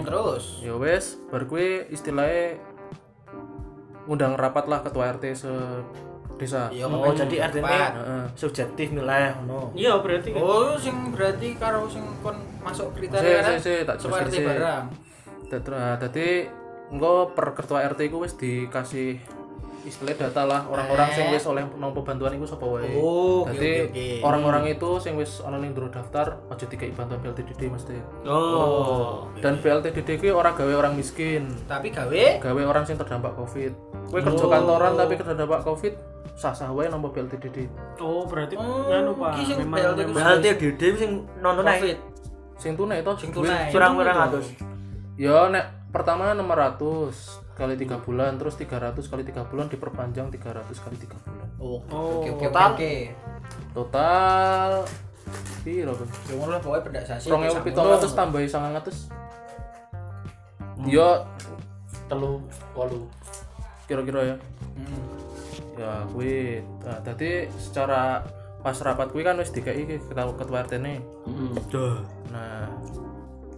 B: terus
C: Yo wes bar kuwi istilahnya ngundang rapat lah ketua RT se desa. Hmm.
B: Iya,
E: Oh, jadi artinya
B: Pak.
C: Heeh.
E: subjektif nilai ngono.
D: Iya, berarti kan.
B: Oh, sing berarti karo sing kon masuk
C: Sik,
B: kriteria
C: sik, sik, tak
B: Supaya
C: jelasin,
B: ngerti
C: sik.
B: barang.
C: Dat- nah, Dadi engko per ketua RT ku wis dikasih istilah data lah orang-orang sing wis oleh nompo bantuan iku sapa wae.
B: Eh. Oh, oke,
C: Dadi
B: oke, oke. Hmm.
C: orang-orang itu sing wis ana ning ndero daftar aja dikai bantuan BLTDD mesti.
E: Oh.
C: Dan BLTDD kuwi ora gawe orang miskin,
B: Tapi gawe
C: gawe orang sing terdampak Covid. Kowe
B: Oh.
C: kerja kantoran tapi terdampak Covid sah-sah wae nompo BLTDD.
D: Oh, berarti
B: Oh,
D: nganu, Pak.
B: iki sing
D: Memang
B: PLT ku
D: memang-
E: Berarti gede sing nono
B: Covid.
E: naik
C: Sing tunai to?
B: Sing
C: duit.
B: tunai.
E: kurang-kurang atus.
C: Ya nek pertama 600 kali 3 bulan terus 300 kali 3 bulan diperpanjang 300 kali 3 bulan.
B: Oh,
D: Oh,
B: oke, oke, oke, oke.
C: Total piro, Bang?
B: Ya ngono lah pokoknya benda sasi.
C: 2700 tambahi 900.
B: Hmm.
C: Yo
A: Telu, walu.
C: kira-kira ya.
B: Hmm.
C: Ya kuwi. Nah, dadi secara pas rapat kuwi kan wis dikai iki ketua ketua RT ne.
A: Mm.
C: Nah,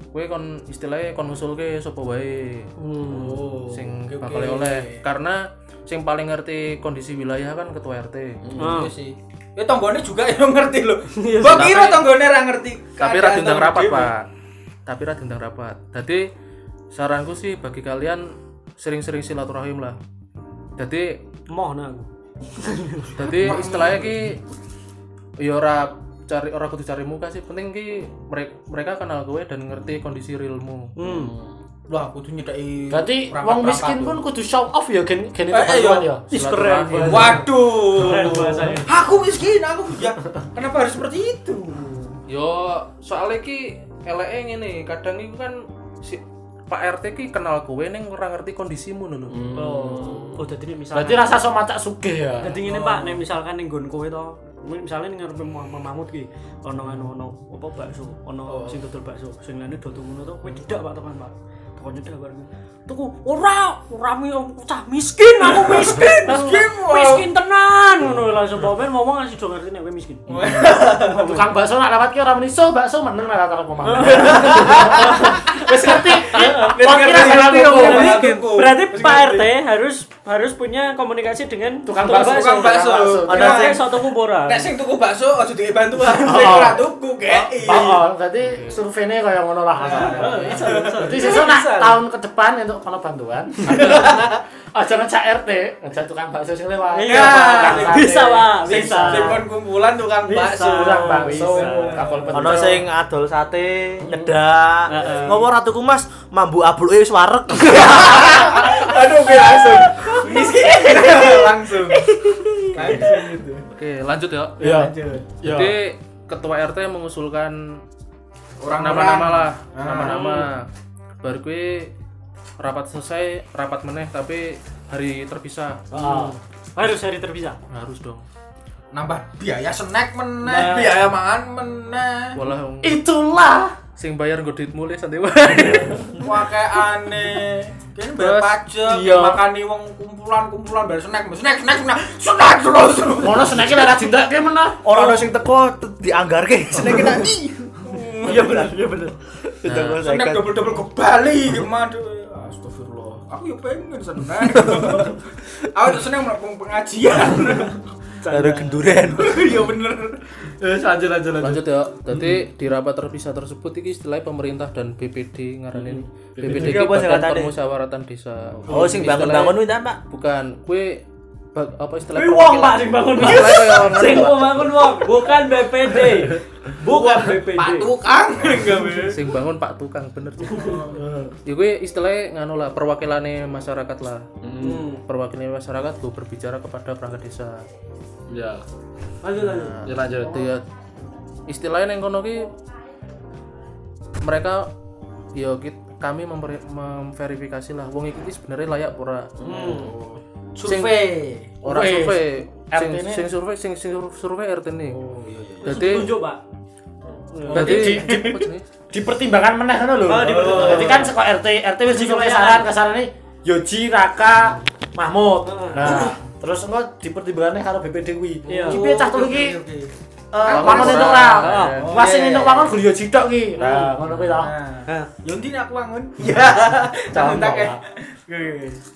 C: kuwi kon istilahnya kon usulke sapa wae
A: Oh.
C: sing
B: oke,
C: bakal
B: oke.
C: oleh karena sing paling ngerti kondisi wilayah kan ketua RT.
B: Iya sih. Ya (laughs) tonggone juga yang ngerti loh. Mbok
C: Tapi-
B: kira tonggone ra ngerti.
C: tapi
B: keadaan
C: ra diundang
B: tonggone
C: rapat
B: dhewe.
C: pak tapi ra diundang rapat jadi saranku sih bagi kalian sering-sering silaturahim lah jadi
D: moh nang
C: jadi istilahnya ki ya ora cari ora kudu cari muka sih penting ki mereka mereka kenal gue dan ngerti kondisi realmu
D: hmm.
B: Wah, kudu nyedaki.
A: Iya,
D: Iya,
A: Berarti
B: perangkat-
A: wong miskin
B: perangkat
A: pun kudu show off ya gen gen itu
B: Eh, eh,
A: bantuan
B: yo.
A: ya.
D: Ih, keren
C: Silaturahim.
B: tuh.
D: banget.
B: Waduh.
D: Keren bahasanya.
B: Aku miskin, aku ya. Kenapa harus seperti itu?
C: yo Ya, soalnya ki eleke ngene kadang itu kan si Pak RT ki kenal gue neng ora ngerti kondisimu dulu
D: oh oh jadi ini
A: Berarti
D: misalkan
A: rasa sama cak sugih ya.
D: jadi ini pak nih misalkan nih gon kowe toh misalnya nih ngarep Muhammad Mahmud ki ono anu ono apa bakso ono sing dodol bakso sing liyane do tunggu to kowe cedak pak teman pak toko cedak bareng tuku ora ora mi cah miskin aku miskin miskin miskin tenan ngono langsung pomen ngomong asih do ngerti nek kowe miskin
A: Tukang bakso nak lewat ki ora meni so bakso meneng nak karo pemang.
D: Oh, iya.
A: Wis ngerti. Wong
B: ngerti,
A: kira
B: wis
A: salah
B: ngerti,
A: ngomong.
B: wong ngerti.
D: berarti,
B: Tuku.
D: berarti
B: Terus
D: Pak
B: iya, ngerti.
D: RT harus harus punya komunikasi dengan
A: Tukang bakso,
B: Tukang bakso.
A: bakso.
D: ada
B: Ada
D: sing satu kuburan
B: Nek sing tuku bakso aja dikei bantuan. Sing ora tuku Iya. kei.
A: Oh, berarti surveinya kaya ngono lah.
D: Iya,
A: Jadi sesuk nak tahun ke depan untuk kalau bantuan.
D: Iya.
A: Aja ngejak RT, ngejak tukang bakso sing lewat.
D: Iya,
A: Tukang sate.
D: bisa pak
A: oh.
B: Sing
D: bisa
B: sing kon kumpulan tukang
D: Bisa.
A: (laughs)
B: bakso.
A: Tukang bakso,
D: Bisa.
A: kapol
E: Ono
A: pentol.
E: sing adol sate, nyedak. Hmm.
D: Heeh.
E: Ngopo ratuku Mas, mambu abluke wis (laughs) wareg.
B: Aduh, gue langsung. Miskin. langsung. Langsung gitu.
C: oke lanjut ya
A: Iya.
B: Lanjut.
A: Iya.
C: jadi ketua RT mengusulkan
B: Orang
C: nama-nama lah
B: Ah.
C: nama-nama baru gue rapat selesai rapat meneh tapi hari terpisah
A: Oh.
D: harus hari terpisah
C: harus dong
B: nambah biaya snack meneh, biaya makan meneh.
C: walah wong-
A: Itulah
C: sing bayar gue duit mulai santai (laughs) wae
B: Wah kayak aneh. Kan bayar
C: Terus
B: pajak,
C: dia-
B: makani wong kumpulan-kumpulan bayar snack, snack, snack, snack, snack terus.
A: Mono seneki lara cinta kayak mana?
E: Ora ono sing teko t- (laughs) dianggarke. Seneng kita. Iya bener, iya bener. Nah,
B: Snack double-double ke Bali gimana tuh? Astagfirullah. Aku ya pengen snack. Aku tuh seneng melakukan pengajian. (laughs)
E: Ada genduren.
B: Iya bener.
A: Eh, lanjut lanjut
C: lanjut ya jadi di rapat terpisah tersebut ini istilah pemerintah dan BPD ngaran ini
E: Iki
C: BPD itu
E: apa sih
C: badan
E: katanya?
C: permusyawaratan desa
E: Oh, sing bangun-bangun kuwi ta, Pak?
C: bukan gue bag- apa istilah
D: Wih wong pak
C: perwakilan-
D: (laughs) sing bangun wong.
C: Istilahnya kayak orang
D: Sing
C: ngerti,
D: mau bangun wong, bukan BPD. Bukan BPD.
B: Pak tukang enggak
C: Pak. sing bangun pak tukang bener ya gue istilahnya nganu lah perwakilannya masyarakat lah perwakilan masyarakat gue berbicara kepada perangkat desa
A: Ya.
D: Lanjut lanjut.
A: Ya lanjut.
C: Itu ya istilahnya yang kono ki mereka ya ki- kami memper- memverifikasi lah wong iki ki sebenarnya layak ora
B: Survei.
C: ora
A: Wes,
C: survei sing
A: RT-ne.
C: sing survei sing sing sur- survei RT ini jadi
D: Tunjuk pak.
C: jadi
A: Di-
C: apa jenenge?
A: Dipertimbangkan meneh ngono lho.
D: Oh, dipertimbangkan.
A: Jadi kan saka RT, RT wis dikei saran kesarane Yoji, Raka, Mahmud. Nah, terus engko dipertimbangane karo BPD kuwi.
D: Iya.
A: Ki piye cah telu ki eh,
B: Wangun
A: wangun
C: ora.
A: entuk ora.
C: Heeh.
A: Wah, sing
B: Iya.
A: entuk wangun gulu Yoji tok ki. Nah, ngono kuwi to.
B: Nah, Yonti aku bangun.
A: Ya.
B: (laughs) Iya.
A: Contoh
B: Contak ya.
A: lah.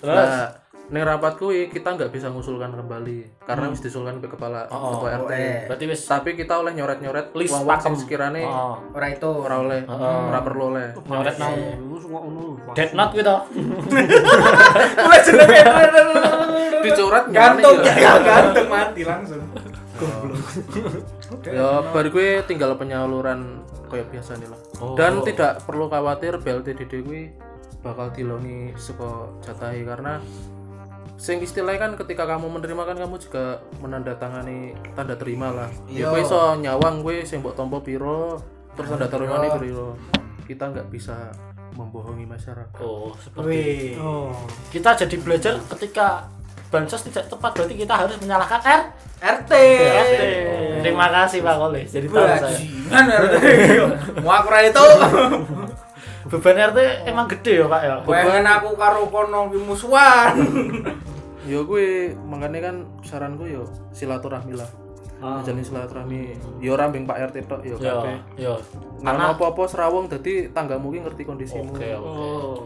A: Terus
C: nah neng rapat kuwi kita nggak bisa ngusulkan kembali karena wis diusulkan ke kepala
A: Hmm. Oh,
C: ketua RT
B: eh.
A: berarti wis
C: tapi kita oleh nyoret-nyoret
A: List
C: wong-wong
A: pakem.
C: sing
A: Oh.
C: sekirane
A: Heeh.
B: Ora itu.
C: ora oleh ora perlu oleh
A: Nyoret nang
D: Terus ngono lho, Pak.
A: dead note kuwi to.
B: Ora jelek.
C: dicoret
B: Gantung
C: nyelani ya.
B: ya, gantung mati langsung.
C: Ya, bar gue tinggal penyaluran kayak biasa nih lah. Dan tidak perlu khawatir BLTDD gue bakal dilongi seko jatahi karena sing istilahnya kan ketika kamu menerima kan kamu juga menandatangani tanda terima lah. Ya gue iso nyawang gue sing mbok tompo piro terus tanda terima nih piro. Kita nggak bisa membohongi masyarakat.
A: Oh, seperti
B: Wih.
D: Oh.
A: kita jadi belajar ketika bansos tidak tepat berarti kita harus menyalahkan R.
B: RT. Iya.
A: Terima kasih Pak Kole. Jadi tahu saya.
B: Bajingan
A: (laughs)
B: RT. Kan Mau aku ora itu.
A: Beban RT emang gede ya Pak ya.
B: Pengen aku karo kono ki musuhan.
C: Ya gue makanya kan saran gue yo ya silaturahmi lah. Jalin silaturahmi. Yo rambing Pak RT tok yo
A: Yo,
C: kabeh.
A: yo.
C: Karena apa-apa serawung dadi tanggamu ki ngerti kondisimu.
A: Oke, oke.
D: Oh.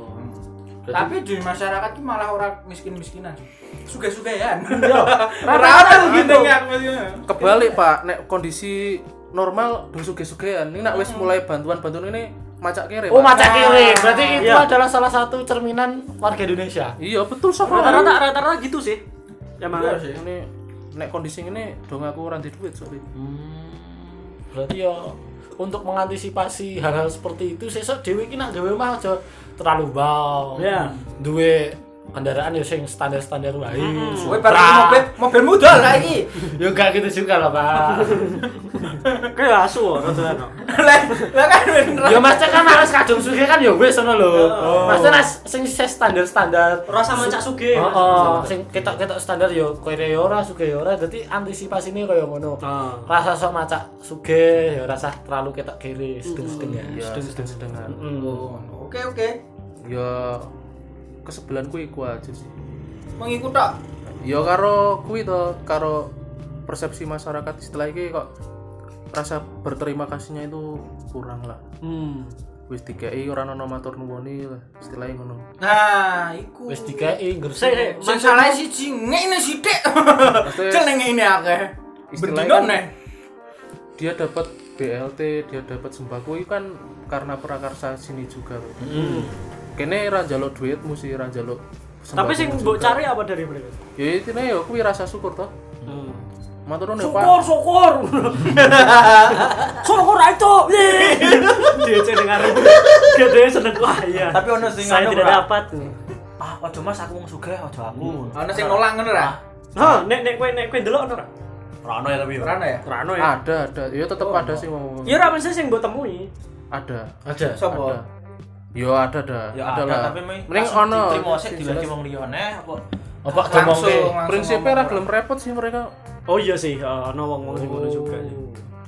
B: Tapi di masyarakat ki malah orang miskin-miskinan. Suga-sugayan. (laughs)
C: rata-rata
B: Rata Iya. gitu.
C: gitu.
B: aku maksudnya.
C: Kebalik Pak, nek kondisi normal dong suge-sugean. Ini nek wis mulai bantuan-bantuan ini macak kere.
A: Oh,
C: Pak.
A: maca kiri. Berarti itu adalah salah satu cerminan warga Indonesia.
C: Iya betul sama.
D: Rata-rata rata-rata gitu sih. Emang
B: Iya sih.
C: Ini nek kondisi ini dong aku ranti duit soalnya.
A: Hmm, Berarti yo untuk mengantisipasi hal-hal seperti itu sesuk dhewe iki nak gawe omah aja terlalu bau.
D: Iya.
A: Duwe kendaraan yo sing standar-standar wae.
B: Kowe bareng
A: Supra.
B: mobil mobil mudol lagi.
A: Yo gak gitu juga lah, Pak.
D: kayak asu loh, rata-rata.
B: (laughs) Lah lah kan bener.
A: yo maksudnya kan harus kadung sugih kan yo wis ngono lho. Maksudnya nas- sing se standar-standar
D: Rasa mancak suge.
A: Oh, oh, sing ketok-ketok standar yo kere yo ora sugih yo ora dadi antisipasine kaya ngono.
D: Ah.
A: Rasa sok macak sugih yo rasa terlalu ketok kiri sedeng-sedeng ya.
C: Iya sedang-sedangan.
A: Mm.
B: Oke oke.
C: Ya kesebelan ku iku aja sih.
B: Mengikut tok.
C: Ya karo kuwi to, karo persepsi masyarakat setelah iki kok rasa berterima kasihnya itu kurang lah.
D: Hmm.
C: Wis dikei ora ono matur nuwuni lah, istilahnya ngono.
B: Nah, iku.
A: Wis dikei
D: Sik,
A: gresik.
D: sik.
B: Sing salah siji ngene sithik. (laughs) Jenenge ini akeh.
C: Istilahnya
B: Bendino
C: kan-
B: neh.
C: Dia dapat BLT, dia dapat sembako itu kan karena prakarsa sini juga.
E: Hmm.
C: Kene ra njaluk duitmu sih, ra njaluk
D: Tapi
C: sembako.
D: sing mbok cari apa dari mereka?
C: Ya intine ya kuwi rasa syukur toh.
E: Hmm.
C: Matur nuwun ya, Pak.
D: Syukur,
B: (laughs)
D: syukur. syukur ae, Cok. Yeay.
B: Iya.
D: Dia jeneng arep. Dia dia seneng wah iya.
B: Tapi ono sing
D: saya
B: anu,
D: tidak
B: Bra.
D: dapat.
E: ah ojo mas aku wong sugih ojo aku
B: Ana sing nolak ngono ra?
D: Hah, nek nek kowe nek kowe ndelok ono ora?
E: Rano ya tapi
B: Ora ana ya?
D: Ora ono ya.
C: Ada, ada. Ya tetep
E: Oh,
C: ada sih mau.
D: Ya ora mesti sing mbok temui.
C: Ada.
A: Ada.
B: Sopo?
C: Ada. Yo ada ada.
E: ya
C: ada,
E: ada
C: lah.
E: tapi mending
C: Mending ono.
E: diterima sik dilagi wong liya neh apa
A: Apa ngomongke?
B: Langsung, langsung
C: Prinsipnya
B: ngomong.
C: ra gelem repot sih mereka.
D: Oh iya sih, eh, ono wong-wong sing
C: Oh.
D: ngono juga sih.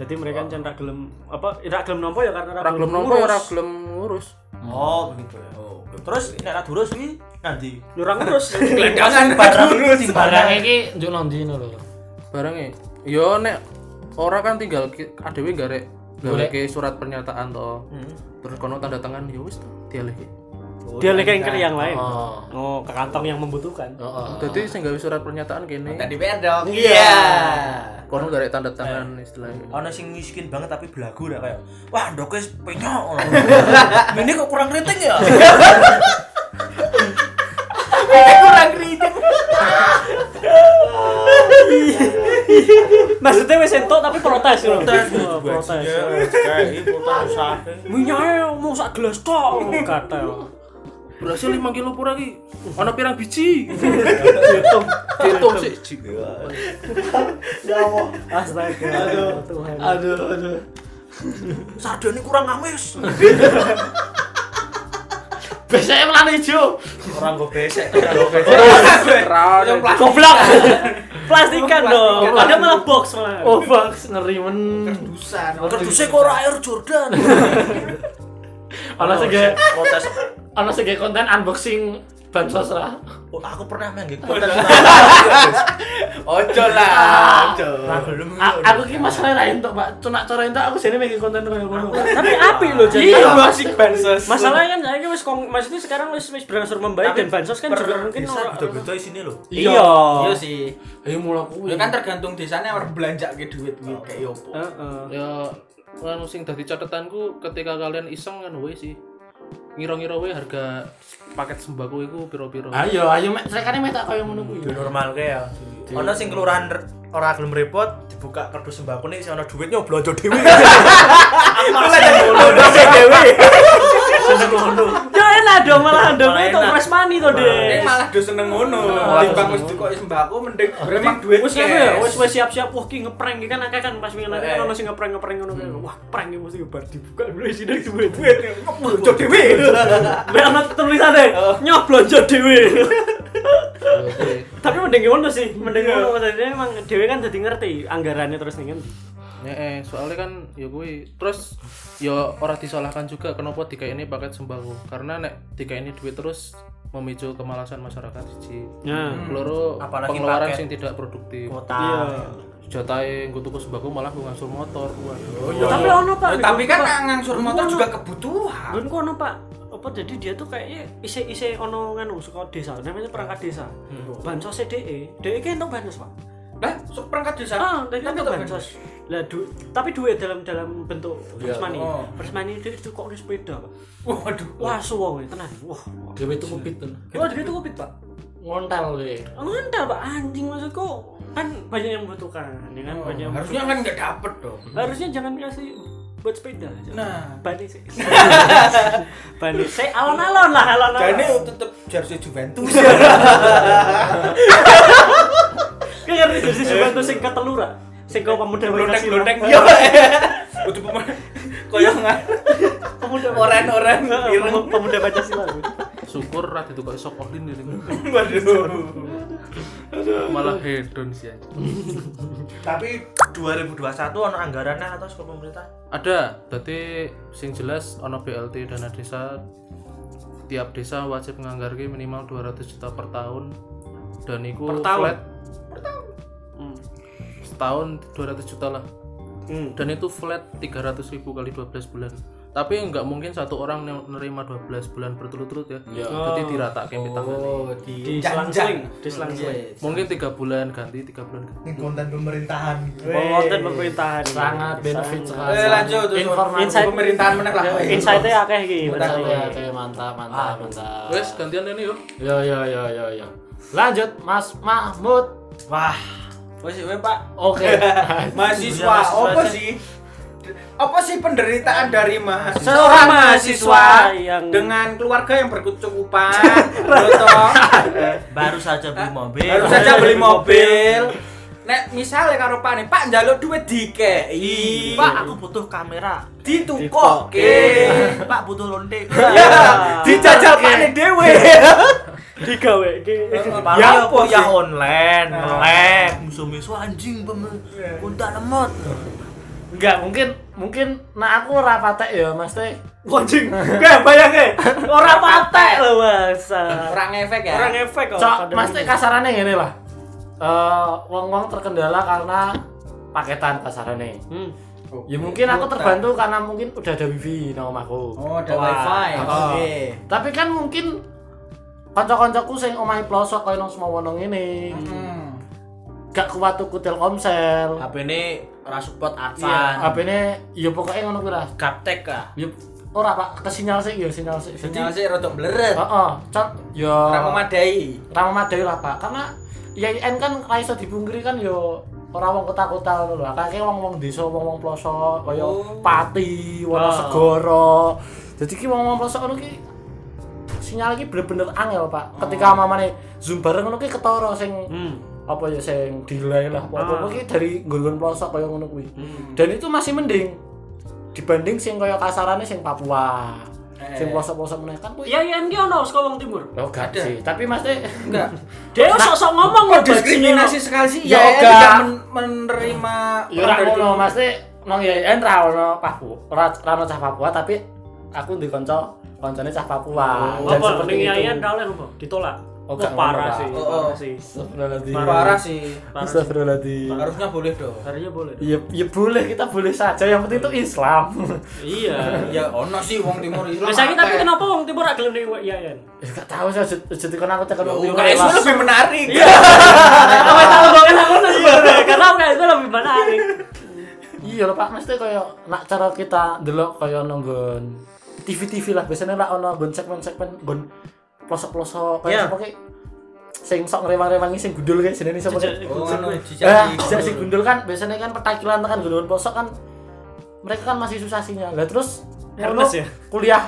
D: Jadi mereka kan cendak gelem apa ora gelem nampa ya karena
C: Ra gelem nompo ya ra gelem ngurus.
E: oh begitu ya oh terus nek ra durus kuwi nanti
D: Ora
C: (laughs)
D: ngurus.
B: Jangan
E: barang timbalan
A: Barang iki njuk nang ndi ngono lho.
C: Barenge. Yo nek ora kan tinggal ki- adewe garek gareke surat pernyataan toh. Terus kono tanda tangan yo wis toh dialihke.
D: (laughs) Dia lek engker yang lain.
A: Oh.
D: Oh, ke kantong yang
C: Oh.
D: membutuhkan.
A: Heeh.
C: Dadi sing gawe surat pernyataan kene
B: Tadi PR dong. Iya.
C: kono garek tanda tangan istilahnya.
E: ono sing miskin banget tapi belagu ra kayak wah ndoke penyok
B: (laughs)
E: ini kok kurang keriting ya
B: Kurang kritik.
D: Maksudnya wis entuk tapi protes lho. Oh, Protes.
C: ya.
D: Minyaknya mau sak gelas tok kata.
C: Oh,
D: (laughs)
C: Berhasil 5 kilo pura ki. Ono pirang biji.
D: Dihitung.
C: Dihitung sik ji.
D: Astaga. Tuhan.
A: Aduh, aduh.
E: sardo ini kurang amis
A: Besoknya melani ijo.
E: orang gue besek
C: Ra.
B: Yang plastik.
D: Goblok. Plastikan dong. Ada malah box malah.
A: Oh, box ngeri men.
B: Kerdusan.
E: kerdusnya kok ora air Jordan
A: Ana sing gawe-
E: protes
A: ana sing gawe konten unboxing bansos lah.
E: Oh, aku pernah main gitu protes
B: (laughs) Ojo
E: Ah.
B: lah. Ojo.
A: A- Aku ki masalah ra entuk, Pak. Cuma cara entuk aku jane mikir konten koyo ngono.
D: Tapi api loh jadi.
A: Iya,
B: Masih bansos.
D: Masalahnya kan saya wis kong- maksudnya sekarang wis wis berangsur membaik dan bansos kan juga mungkin
C: gitu,
D: ora-
E: beda-beda isine lho
D: Iya.
B: Iya sih.
A: Ayo mulai kuwi.
B: Ya kan tergantung desanya orang belanja ke duit gitu kayak opo.
D: Heeh.
C: ya kan sing dadi catatanku ketika kalian iseng kan weh sih ngira-ngira weh harga paket sembako itu piro-piro
A: Ayo, ayo mek sekane mek tak koyo ngono kuwi.
E: normal kayak ya ono sing kelurahan r- ora gelem repot dibuka kardus sembako nih sing ono duitnya belanja dhewe belanja dhewe seneng ngono
D: Ya enak dong malah dong
E: Malah
D: itu
E: enak.
D: fresh money to,
B: Ini
D: Dek.
B: malah do seneng ngono.
E: Malah
B: Timbang
E: seneng
B: wis dikok sembako mending remang duit.
D: Wis
B: cash.
D: apa ya? Wis wis siap-siap wah ki ngeprank ki kan akeh kan pas wingi nanti
E: Eh.
D: kan ono sing ngeprank-ngeprank ngono kayak wah prank ki mesti bar dibuka dulu isi dari duit-duit.
B: Belanja dhewe.
D: Mek ana tulisane nyoblonjo dhewe. Tapi mending ngono sih, mending ngono maksudnya emang dhewe kan jadi ngerti anggarannya terus ning ngendi.
C: Nye'e, soalnya kan ya gue terus ya orang disalahkan juga kenapa tiga ini paket sembako karena nek tiga ini duit terus memicu kemalasan masyarakat siji
D: Nah,
C: Keloro
E: Apalagi
C: pengeluaran
E: paket.
C: sing tidak produktif
E: kota
D: iya.
C: jatahe nggo tuku sembako malah nggo ngangsur motor. Waduh.
D: Tapi ono Pak.
B: Eh, tapi
D: Gun
B: kan
D: ku, Pak.
B: ngangsur
D: Gun ku
B: motor
D: ono-
B: juga kebutuhan.
D: Gun ku ono Pak. Apa jadi dia tuh kayaknya isi-isi ono nganu suka desa, namanya perangkat desa. Bansos e DE, DE kan entuk bansos, Pak.
B: Lah, sok perangkat Kan desa.
D: Ah, tapi
B: Tapi
D: entuk
B: tetap
D: bansos. Lah du- tapi duit dalam dalam bentuk first money.
B: oh.
D: First money itu itu kok di sepeda, Pak.
B: Waduh.
D: Wah, suwo kuwi, tenan. Wah.
A: Dewe itu kupit tuh.
D: Wah, duit itu kupit, Pak.
A: Ngontal deh.
D: Ngontal, Oh, Pak. Anjing maksudku. Kan banyak yang membutuhkan, ya kan?
B: Oh,
D: Banyak yang
B: harusnya kan nggak dapet dong.
D: harusnya jangan kasih buat sepeda aja.
B: Nah.
D: bani sih (laughs) bani sih alon-alon lah Iya,
B: Jadi
D: alon-alon
B: tetap jersey Juventus.
D: kan ngerti jersey Juventus sing ketelura sing kau pemuda
B: Blondek
D: Pancasila. (laughs)
B: blondek. Iya. Untuk pemain koyo nggak
D: pemuda
B: oren-oren
D: Heeh,
B: ireng.
D: pemu- pemuda Pancasila
C: Syukur ra ditukoki sok Oklin
E: (laughs)
C: ini.
B: Waduh.
C: Malah hedon sih anjing.
E: Tapi 2021 ono anggarannya atau sekolah pemerintah?
C: ada berarti sing jelas ono BLT dana desa tiap desa wajib menganggarkan minimal 200 juta per tahun dan itu
D: Per tahun?
C: flat Hmm. setahun 200 juta lah
D: Hmm.
C: dan itu flat 300 ribu kali 12 bulan tapi nggak mungkin satu orang ne- nerima 12 bulan berturut-turut ya jadi diratakan oh.
A: Oh, di
D: di selang-seling di
B: Iya.
D: selang-seling
C: mungkin tiga bulan ganti tiga bulan ganti.
F: konten pemerintahan
D: pengonten pemerintahan
A: sangat benefit sekali.
B: Eh, lanjut, terus.
A: Informasi
D: Insight.
B: Pemerintahan menang lah.
D: insightnya akeh iki
A: Mantap, ya, oke, mantap,
B: Ah.
A: mantap, mantap.
C: wes gantian ini yuk
A: Yo yo yo yo yo. Lanjut Mas Mahmud.
E: Wah,
B: Wes we Pak.
A: Oke.
B: (laughs) Mahasiswa apa sih? Apa sih penderitaan dari mahasiswa?
D: Seorang mahasiswa yang-
B: dengan keluarga yang berkecukupan, lho toh.
E: baru Eh, saja beli mobil.
B: baru saja beli mobil. Nek misalnya karo Pak nih, Pak njaluk duit dikei.
E: Pak,
B: Pak
E: aku butuh kamera. Iya. Eh,
B: ditukoke.
E: Pak butuh lonte. Iya.
B: Ya, dijajal Pak nih dhewe.
D: digawe iki
E: Pak
B: Ya,
E: ya,
B: apa
E: kuliah
B: sih?
E: online, melek, musuh-musuh anjing pemen. Kunta lemot.
A: Enggak, mungkin mungkin nah aku ora patek ya, Mas Teh.
D: anjing gak
B: eh.
D: bayangke ora patek lho Mas
B: Kurang efek ya.
D: orang efek kok
A: (laughs) Cok, Mas Teh kasarannya ngene lah. Eh, wong-wong terkendala karena paketan kasarannya.
D: Hmm.
A: Ya mungkin aku terbantu karena mungkin udah ada wifi nang omahku.
B: Oh, ada wifi.
A: Oh.
B: Oke.
A: Tapi kan mungkin kanca-kancaku sing omahe pelosok kaya nang semua wonong ini.
B: Hmm.
A: Gak kuat tuku Telkomsel.
E: HP ini ora support
A: Iya,
E: advan.
A: HP-ne ya pokoknya ngono kuwi lah.
E: Gaptek ah.
A: Ya ora Pak, ke sinyal sik ya sinyal sik. Jadi
B: Sinyal sih rodok bleret.
A: Heeh, cat ya
B: Ora memadai.
A: Rama Madai lah Pak. Karena YIN kan ra iso dipungkiri kan ya ora wong kota-kota ngono lho. Kakek wong-wong desa, wong-wong pelosok kaya
B: Oh.
A: Pati, Wonosegoro. Jadi ki wong-wong pelosok ngono ki sinyal iki bener-bener angel, Pak. Ketika mamane Zoom bareng ngono ki ketara sing apa ya sing delay lah apa-apa ki dari nggon pelosok kaya ngono kuwi. Dan itu masih mending dibanding sing kaya kasarane sing Papua. Sing pelosok-pelosok meneh kan kuwi
D: ya ya iki ono saka wong timur
A: Oh, gak sih. Tapi maksudnya (laughs) enggak.
D: Dia Oh, sok-sok ngomong
B: Kok
D: loh
B: diskriminasi sekali sih?
A: Oh, Ya,
B: Ya,
A: enggak.
B: tidak men- menerima
D: Iya,
A: Ya ora
B: dari
A: ngono,
B: timur.
A: maksudnya nang YN ra ono Papua, ora ra ono cah Papua, tapi aku di kanca kancane cah Papua. Dan
D: Oh, Apa
A: seperti
D: ning
A: itu.
D: yayan ra oleh apa? Ditolak.
A: Oh,
D: Wah,
A: gak ngono,
D: parah sih,
B: Pak.
D: parah
B: Oh,
D: sih.
A: Astagfirullahaladzim.
B: Parah sih.
D: Parah sih.
A: Astagfirullahaladzim.
B: Harusnya boleh dong.
D: Harusnya boleh.
A: Ya, ya boleh kita boleh saja yang penting itu Islam. (laughs)
D: Iya.
B: Ya ono sih wong timur Islam.
D: Biasanya tapi
B: akeh.
D: kenapa wong timur ra gelem ning yayan?
A: Ya gak tahu saya jadi kon aku tekan
B: Ya,
A: waktu
B: Uka Islam
A: itu.
B: lebih menarik.
A: Iya.
D: Apa tahu kok kan aku sebenarnya karena kayak itu lebih menarik.
A: Iya lho Pak, mesti kaya nak cara kita delok kaya nonggon TV-TV lah biasanya lah ono nggon segmen-segmen nggon pelosok-pelosok kaya
E: Iya.
A: apa ki sing sok ngrewang-rewangi sing gundul kayak jenenge sapa ki?
D: Jejak-
B: Oh, ngono
A: Ah,
B: dijadi.
A: jejak si gundul kan biasanya kan petakilan tekan gundulan posok kan mereka kan masih susah sinyal. Lah terus
D: Hermes
A: ngono,
D: ya?
A: kuliah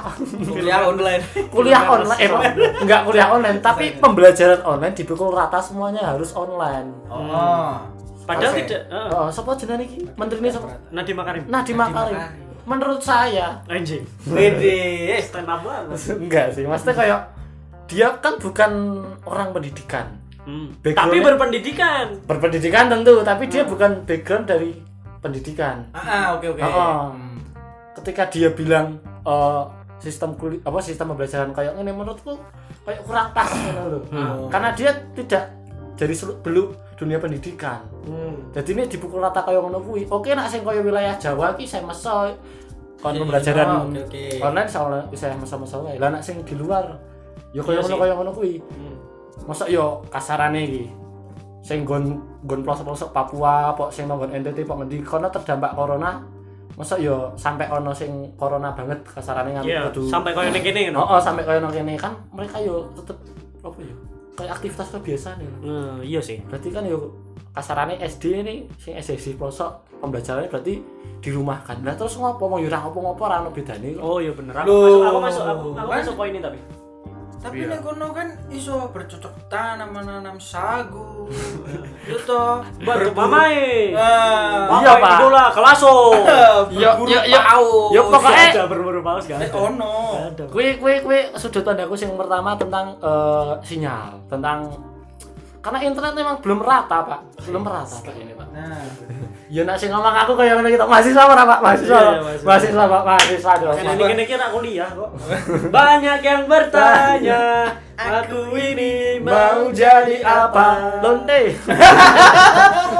B: Kuliah online.
A: kuliah
D: Hermes
A: online eh, enggak kuliah online tapi pembelajaran online dipukul rata semuanya harus online.
B: Oh.
D: Padahal
B: Oke.
D: tidak. heeh.
A: Oh, sapa jenenge iki? Menterine sapa?
D: Nadiem Makarim.
A: Nadiem Makarim. Menurut saya
D: Anjing. Eh,
B: Wede.
D: Stand up banget.
A: enggak sih. Maksudnya kayak dia kan bukan orang pendidikan.
D: Tapi
A: Backgroundnya-
D: berpendidikan.
A: berpendidikan tentu, tapi dia bukan background dari pendidikan.
B: Ah, oke oke.
A: Heeh. ketika dia bilang eh, sistem kulit apa
B: Hmm.
A: sistem pembelajaran kayak ini menurutku kayak kurang pas gitu loh. Karena dia tidak jadi seluk beluk dunia pendidikan
B: Hmm.
A: jadi ini dipukul rata kaya ngono kuwi oke nak sing kaya wilayah Jawa iki saya meso kon
B: Jadi,
A: pembelajaran
B: oh, oke, oke.
A: online sama saya meso-meso wae lah nak sing di luar ya kaya ngono
B: Iya sih. Hmm.
A: kaya ngono kuwi mosok yo kasarane iki sing gon gon pelosok-pelosok Papua pok sing nang nggon NTT pok ngendi kono terdampak corona mosok yo sampai ono sing corona banget kasarane nganti
D: Iya,
A: kudu
D: sampai koyo ning kene ngono.
A: Oh, oh sampai kaya nang kene kan mereka yo tetep apa ya? Kayak aktivitas kebiasaan ya.
D: Eh, iya sih.
A: Berarti kan yo kasarannya SD ini sing SSC pelosok pembelajarannya berarti di rumah kan. Lah terus ngopo mau yo ora ngopo-ngopo ora ono bedane kok.
D: Oh iya bener. Aku
B: Loh.
D: masuk, aku masuk, aku, aku
B: Kan?
D: masuk poin ini tapi.
B: tapi
A: Iya.
B: nek kono kan iso bercocok tanam nanam sagu itu toh
D: Buat mamae.
B: Ah,
A: Iya, Pak.
D: Idola kelaso.
A: Yo yo yo
B: paus.
A: yo
D: Gak
A: pokoknya
D: ada berburu paus gak
B: Nek
D: ada.
B: ono
D: Gak ada.
A: kue kue kue sudut pandangku yang pertama tentang eh, sinyal tentang karena internet memang belum rata pak belum rata pak ini pak
B: nah
A: ya nak sing ngomong aku kayak ngene kita mahasiswa ora pak mahasiswa
D: Iya,
A: Pak.
D: mahasiswa.
A: mahasiswa pak mahasiswa dong
D: Karena ini kene kira kuliah kok. Banyak yang bertanya, aku ini mau jadi apa?
A: Lonte.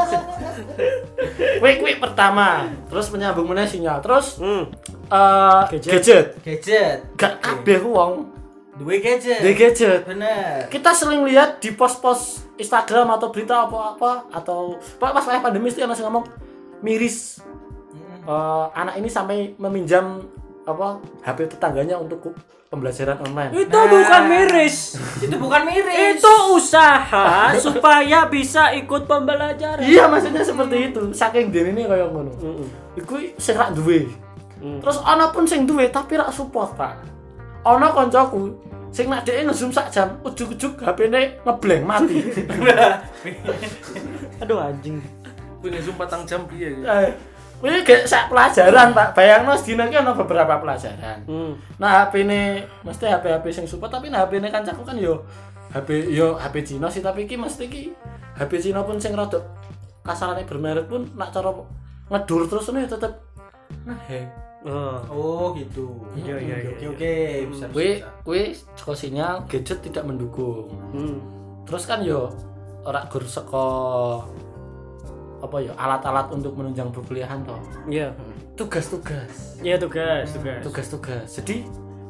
A: (laughs) Wik wik pertama, terus menyambung meneh sinyal. Terus
D: Hmm.
A: eh
D: Gadget.
A: gadget.
B: gadget
A: Gak kabeh wong
B: duwe gadget
A: di gadget.
B: bener
A: Kita sering lihat di pos-pos Instagram atau berita apa-apa atau Pak pas saya pandemi itu masih ngomong miris Eh, anak ini sampai meminjam apa HP tetangganya untuk ku- pembelajaran online.
D: Itu bukan miris.
B: itu bukan miris
D: Itu usaha supaya bisa ikut pembelajaran.
A: Iya maksudnya seperti itu. Saking dini ini kayak ngono. Hmm. iku sing rak duwe. Terus ana pun sing duwe tapi rak support, Pak. Ana kancaku sing nak dhek nge-zoom sak jam, ujug-ujug HP-ne ngeblank mati. (laughs)
D: Aduh anjing.
C: Kuwi ngezoom patang jam piye
D: Iya,
C: iki?
A: Eh, Kuwi gek sak pelajaran, Pak. Bayangno sedina ki ana beberapa pelajaran. Nah, HP-ne mesti HP-HP sing support tapi nah HP-ne kancaku kan yo HP yo HP Cina sih tapi iki mesti ki HP Cina pun sing rada kasarane bermerek pun nak cara ngedur terus ini tetep nah heng.
D: Eh,
B: oh gitu
D: Iya, iya, iya,
B: oke
D: iya.
B: oke bisa
A: kue
B: bisa
A: kue saka sinyal gadget tidak mendukung
D: hmm.
A: terus kan yo ora gur saka apa ya alat-alat untuk menunjang perkuliahan toh
D: Iya.
A: tugas-tugas
D: Iya tugas, tugas.
A: tugas-tugas jadi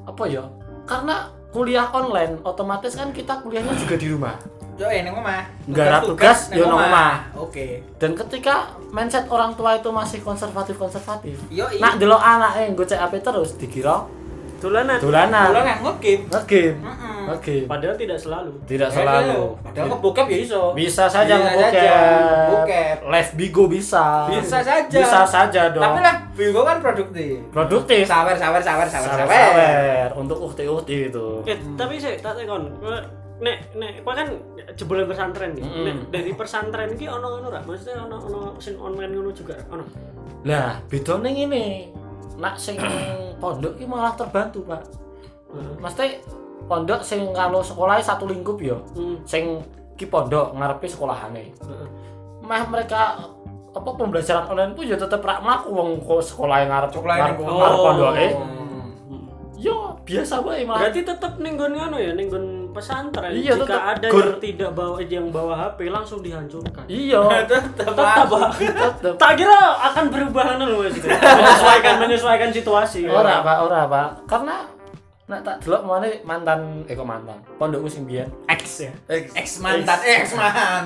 A: apa ya karena kuliah online otomatis kan kita kuliahnya juga di rumah
B: yo eh neng omah
A: Nggak ada tugas,
B: neng
A: yo neng omah.
B: oke
A: dan ketika mindset orang tua itu masih konservatif konservatif
B: yo
A: nak delok anak eh, yang gue cek HP terus dikira
D: Tulanan.
B: kalau
A: dolanan
B: nggak ngegame
A: ngegame
B: Mm-mm.
A: ngegame
D: Padahal tidak selalu.
A: tidak
B: Eh,
A: selalu
B: padahal ngebokep ya iso
A: Bisa saja
B: Bisa saja, ngebokep.
A: ngebokep. Live Bigo bisa.
B: Bisa saja.
A: Bisa saja dong. Iya.
B: tapi lah bingung kan produktif
A: produktif.
B: sawer sawer sawer sawer sawer
A: Sawer-sawer untuk ukti-ukti itu.
D: Eh, tapi sih tak tekon. Kowe- Nek nek kowe kan jebolan pesantren iki.
A: Mm-mm.
D: Nek dari pesantren iki ono ngono ra? Maksudnya ono ono sing online ngono juga ra? ono.
A: Nah, bedone ngene. Nak sing (clears throat) pondok iki malah terbantu, Pak. Mesti pondok sing kalau sekolahnya satu lingkup ya.
D: Hmm.
A: Sing ki pondok ngarepe sekolahane.
D: Heeh.
A: Mah mereka apa pembelajaran online pun ya tetep rak mlaku wong kok sekolah yang ngarep
B: Sekolah yang
A: ngarep
B: ngarep.
A: ngarep pondoke.
D: Hmm.
A: Yo, biasa wae malah.
D: Berarti tetap nenggon ngono ya, nenggon pesantren.
A: Iya,
D: Jika
A: tetep
D: ada
A: gur-
D: yang tidak bawa yang bawa HP langsung dihancurkan. (laughs)
A: Iya.
B: tetap apa
A: Tetep.
D: Tak kira akan berubah ngono Mas. Menyesuaikan menyesuaikan situasi.
A: ora pak ora pak karena nak tak delok mana mantan eh kok mantan pondokku sing biyen
D: X ya.
B: ex mantan eh, ex mantan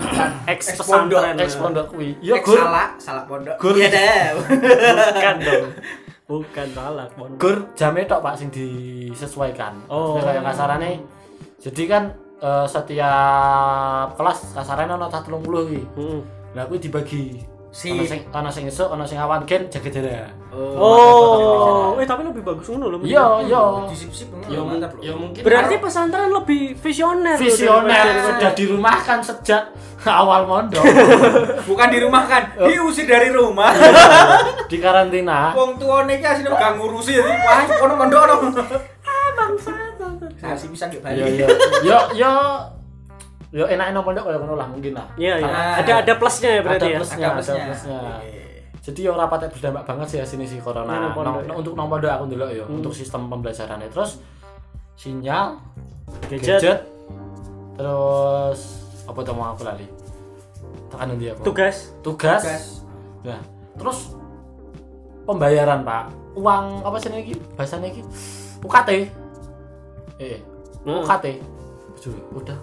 D: Ex
B: pondok.
D: pesantren.
A: ex pondok kuwi
B: Yo,
A: ya gur
B: salah, salah pondok.
A: Gur.
B: Iya deh.
D: Bukan dong. Bukan salah pondok.
A: (laughs) gur jame tok pak sing disesuaikan
D: Oh.
A: Nah, kayak kasarane jadi kan eh, setiap kelas kasarane ana tak 30 iki
D: Hmm.
A: lah kuwi dibagi
B: Si-
A: ana sing ana sing esuk ana sing awan gen jaga jarak
D: Oh, eh tapi lebih bagus ngono loh.
A: iya iya
B: Disip-sip
A: ya
B: ngono mantap
A: ya
B: loh.
A: mungkin
D: Berarti pesantren lebih visioner. tuh
A: visioner
D: daripada-
A: sudah dirumahkan sejak (laughs) awal mondok
B: Bukan dirumahkan, diusir dari rumah.
A: di karantina
B: Wong tuane iki asine gak ngurusi ya. Wah, ono pondok ono. Sasi pisan gak
A: yo
B: bali.
A: yo Iya, yo yo yo enak enak pondok kayak ngono lah mungkin lah
D: Iya, iya.
B: Ah.
D: Ada ada plusnya ya berarti
A: Ada
D: ya.
A: plus.
B: Ada plusnya.
A: Iya, Ada plusnya.
B: Oke.
A: jadi yo rapatnya berdampak banget sih sini si corona
D: Nang pondok,
A: Nang-
D: ya. Hmm.
A: untuk nomor pondok aku dulu yo untuk sistem pembelajarannya terus sinyal
D: Gadget.
A: gadget terus apa tuh mau aku lali tekan nanti apa
D: tugas
A: tugas,
B: Tugas.
A: Nah, terus pembayaran pak uang apa sih ini bahasanya ini UKT eh
D: Hmm.
A: UKT Cuy, udah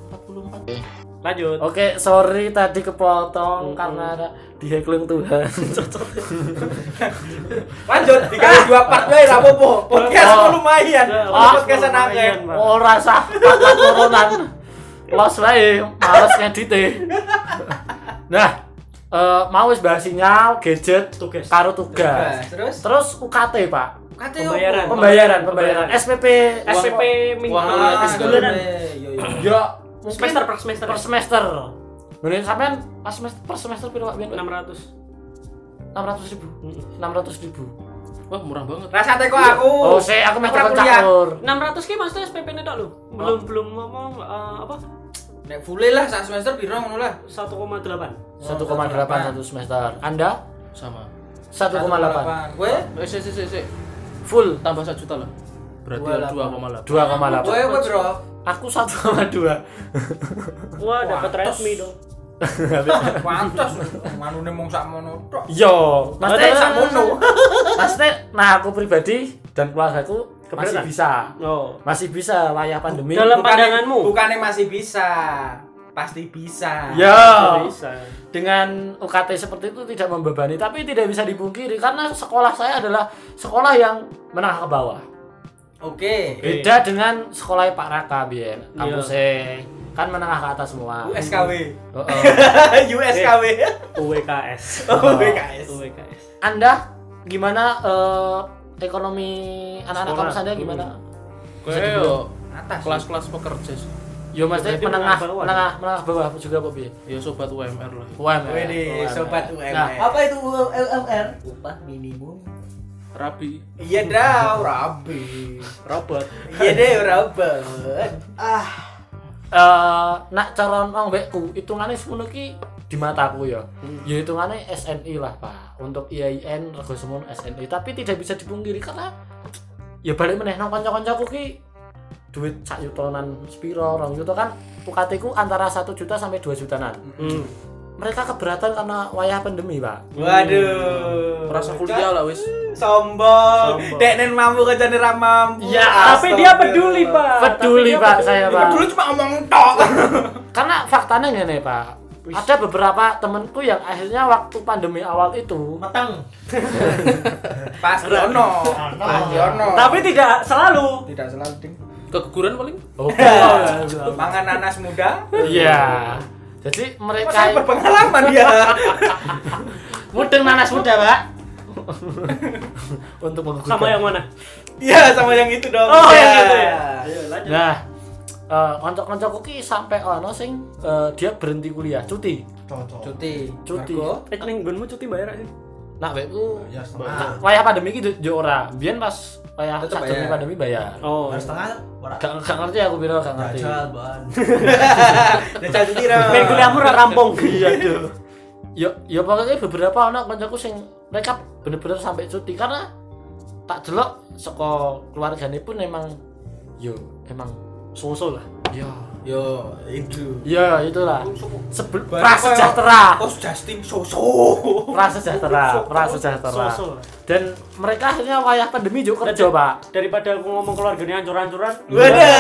A: 44 Eh.
D: lanjut
A: Oke, sorry tadi
D: Hmm.
A: kepotong karena ada di heckling Tuhan. Cocok.
B: lanjut dikali dua part wae lah apa-apa podcast
A: Oh.
B: kok lumayan
D: Oh,
B: podcastan ya? akeh
D: lumayan, Pak.
A: Ora sah kakak turunan. Los wae, males ngedit e. Nah, eh, mau wis bahas sinyal, gadget,
D: Tugas.
A: karo tugas.
B: Nah, terus
A: Terus UKT, Pak.
B: kate
D: Pembayaran.
B: opo?
A: Pembayaran, pembayaran. SPP,
D: SPP minggu
B: Wah,
D: eh, sebulanan
B: yo yo
A: Ya, mungkin
D: semester per semester
A: per semester. Mending sampean pas semester per semester piro Pak Ben?
D: 600
A: 600 ribu. 600 ribu.
C: Wah, murah banget.
B: rasane Nah, kok aku
A: Oh, sih aku Oh, meh
B: Murah
A: takon
B: kuliah.
A: cakur.
D: 600 ki maksudnya SPP nya tak lu belum belum ngomong eh, apa
B: nek full lah sak semester piro ngono lah
D: 1,8
A: 1,8 satu semester. Anda
C: Sama.
A: 1,8
B: kowe
C: Eh, sih, sih, sih, sih.
A: full
C: Tambah 1 juta lah. Berarti
B: 2,8.
C: 2,8.
A: 2,8
B: kowe kowe bro
A: aku 1,2
D: wah dapat
B: Wah,
D: resmi dong
B: pantes manune mung sak mono tok
A: yo kan
B: Padahal sak mono
A: maksudnya nah aku pribadi dan keluargaku masih
D: Keberatan.
A: bisa
D: oh
A: masih bisa layak pandemi
D: Dalam-
B: Bukannya-
D: pandanganmu.
B: bukannya masih bisa pasti bisa
A: yo
D: bisa
A: Nah, dengan UKT seperti itu tidak membebani tapi tidak bisa dipungkiri karena sekolah saya adalah sekolah yang menengah ke bawah
B: oke
A: beda dengan sekolah Pak Raka biar
D: Iya.
A: kampusnya kan menengah ke atas semua
B: USKW (laughs)
A: Heeh.
B: USKW
D: UWKS (laughs)
B: oh BKS
D: UWKS
A: Anda gimana eh, ekonomi anak-anak
D: Sekolah.
A: kampus Anda gimana?
C: Kayak yo
B: atas
C: kelas-kelas pekerja sih.
A: Yo maksudnya
D: Berarti
A: menengah,
D: menengah bawah.
A: menengah, menengah bawah juga apa piye?
C: Ya sobat UMR lah.
A: UMR.
B: Wede,
A: UMR.
B: sobat ya. UMR.
A: Nah,
B: Apa itu UMR? Upah minimum.
C: Rabi.
B: Iya dah, rabi.
D: robot
B: Iya deh, rabat. Ah,
A: eh, nak calon wong mbekku, hitungannya semono ki di mataku ya. Ya hitungannya SNI lah, Pak. Untuk IAIN rego semono SNI, tapi tidak bisa dipungkiri karena ya balik meneh nang kanca-kancaku ki duit sak yutonan sepiro, rong yuto kan UKT ku antara 1 juta sampai 2 jutaan.
D: hmm.
A: Mereka keberatan karena wayah pandemi, Pak.
B: waduh.
C: Merasa kuliah lah wis.
B: Sombong.
D: Sombong.
B: Deknen mampu kejane ra mampu.
A: Ya,
D: tapi dia peduli pak
A: Peduli,
D: Ah, Tapi dia
A: Pak, saya,
B: Dia
A: Pak.
B: peduli cuma omong tok.
A: karena faktanya gini pak ada beberapa temenku yang akhirnya waktu pandemi awal itu
E: Matang.
B: Pasti ono. Pasti ono.
D: tapi tidak selalu
B: tidak selalu ding.
C: Keguguran paling.
A: (laughs) oh
B: Mangan nanas muda.
A: iya jadi
B: Kok saya
A: mereka
B: berpengalaman ya.
A: mudeng nanas muda pak (laughs) untuk menggugat.
D: sama yang mana
B: Iya, sama yang itu dong.
D: oh yang
B: Iya.
D: itu ya ayo lanjut
A: nah eh kanca-kancaku ki sampai ono sing eh, dia berhenti kuliah cuti
B: Cuti.
A: Cuti.
B: Marco.
D: Eh, neng gunmu cuti bayar sih?
A: nak wekku
E: Ya
A: nah,
E: setengah.
A: wayah pandemi ki yo ora biyen pas wayah
B: Tetep
A: saat
B: bayar.
A: durunge pandemi bayar
D: Oh,
E: Nah, setengah ora
A: gak, gak ngerti aku biro gak ngerti
E: jajal, Ban.
B: Dajal cuti ra.
D: (laughs) Main kuliahmu ra rampung. Iya,
A: ya ya pokoknya beberapa anak kancaku sing mereka bener-bener sampai cuti karena tak jelok saka keluargane pun emang yo emang
D: Soso lah.
A: ya
B: Yo, itu.
A: ya itulah Sebel-
B: Barang
A: prasejahtera
B: Kos Oh, Justin Oh, Soso.
A: prasejahtera prasejahtera
D: Soso.
A: dan mereka akhirnya wayah pandemi juga kerja pak
D: Daripada aku ngomong keluarganya hancur-hancuran,
B: Waduh.
A: iya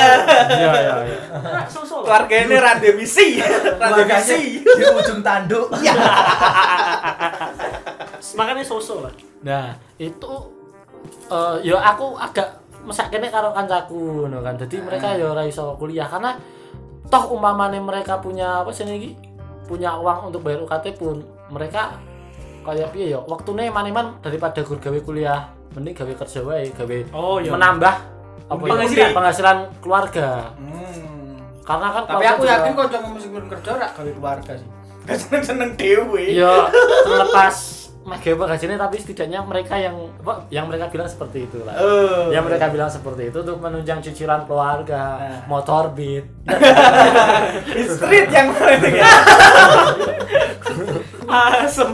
A: iya iya
D: ra soso lah.
B: Keluarga ini randevisi. (laughs)
E: Keluarganya
B: Randevisi.
E: di ujung tanduk.
D: Makanya soso lah.
A: nah itu eh ya aku agak mesakene karo kancaku no kan jadi mereka
B: Eh.
A: ya ora iso kuliah karena toh umpamane mereka punya apa sih ini punya uang untuk bayar UKT pun mereka kayak piye ya waktune eman-eman daripada gur gawe kuliah mending gawe kerja wae gawe
D: Oh, iya.
A: menambah apa ya,
D: Penghasilan.
A: penghasilan keluarga karena kan
B: Hmm. Tapi
A: keluarga
B: aku
A: juga-
B: yakin kau cuma mesti belum kerja rak kali keluarga sih. Gak seneng seneng
D: Iya.
B: dewe.
A: ya terlepas mega penghasilannya tapi setidaknya mereka yang apa, yang mereka bilang seperti itu lah
B: Oh.
A: yang mereka bilang seperti itu untuk menunjang cicilan keluarga,
B: Nah.
A: motor beat.
B: Di street yang ya. paling tinggi.
D: (laughs) Asem.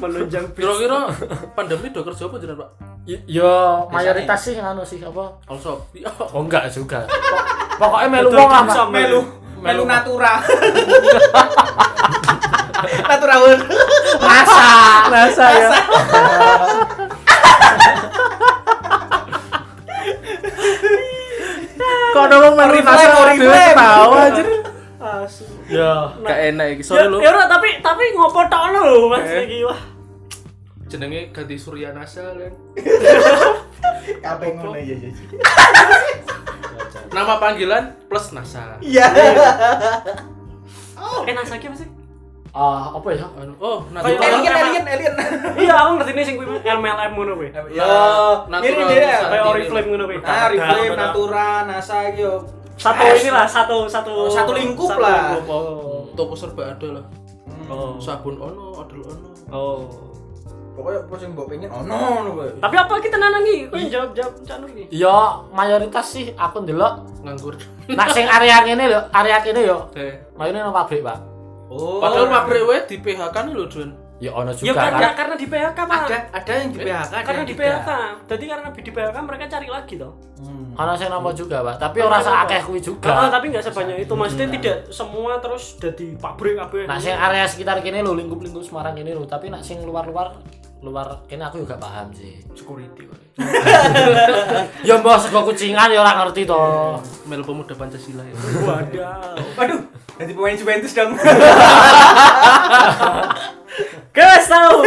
D: Menunjang bis.
C: Kira-kira pandemi do kerja apa jenengan, Pak?
A: Y- Yo mayoritas sih anu sih apa?
C: Also. Iya.
A: Oh enggak juga. Pok- (laughs) Pokoknya melu
D: Betul,
A: wong lah,
D: bisa
A: Pak.
D: (laughs)
B: Melu melu natura.
A: Nasa ya. (laughs) Kok ngomong mari nasa orang dhewe ketawa anjir.
D: Asu.
E: Ya.
C: Gak enak iki.
D: Ya,
C: Sorry lho.
D: ya ora, tapi tapi ngopo tok lho Mas iki wah.
C: Jenenge ganti Surya Nasa (laughs) kan.
B: Kabeh ngono
C: iya,
B: ya ya.
C: (laughs) Nama panggilan plus Nasa.
B: Iya. Oh.
D: Eh nasa iki apa sih?
A: Ah, apa ya?
C: Anu, Oh,
D: Kayak
C: natural.
D: orang-
B: Alien alien alien.
D: Iya, aku ngerti nih sing kuwi MLM ngono kuwi.
B: Ya,
C: natural.
B: mirip dia. ya?
D: Kayak Oriflame ngono kuwi.
B: Nah, reflame natura NASA iki yo.
D: Satu inilah, satu satu
B: Eh. Oh, satu lingkup
D: satu
B: lah.
D: lingkup, oh.
C: Toko serba ada lah.
D: Oh.
C: Sabun ono, odol ono.
D: Oh.
B: Pokoknya apa sing mbok pengen ono ngono kowe.
D: Tapi apa kita tenanan iki?
B: Iya,
D: Kowe jawab-jawab canu iki.
A: Yo mayoritas sih aku ndelok
C: Nganggur.
A: nak sing area kene lho, area kene yo
C: Eh.
A: mayone nang pabrik, Pak.
B: Oh.
C: Padahal pabrik we di PHK kan lho, Jun.
A: Ya ono
D: Ya
A: juga
D: karena
A: kan.
D: karena di PHK Pak.
B: ada ada yang di PHK, ada
D: Karena
B: yang
D: di
B: tidak.
D: PHK. Jadi karena di PHK mereka cari lagi toh.
B: Hmm.
A: Ono sing nambah juga, Pak. Tapi ora sak akeh kuwi
D: Ah,
A: juga.
D: tapi nggak sebanyak itu. Maksudnya tidak semua terus jadi pabrik apa. ya.
A: Nak sing area sekitar kene lho, lingkup-lingkup Semarang kene lho, tapi nak sing luar-luar luar kene aku juga paham sih.
C: Security kali.
A: Ya mbah sego kucingan ya ora ngerti to.
C: Mel pemuda Pancasila ya.
D: Waduh.
B: Waduh, jadi pemain Juventus dong.
D: Guys tahu.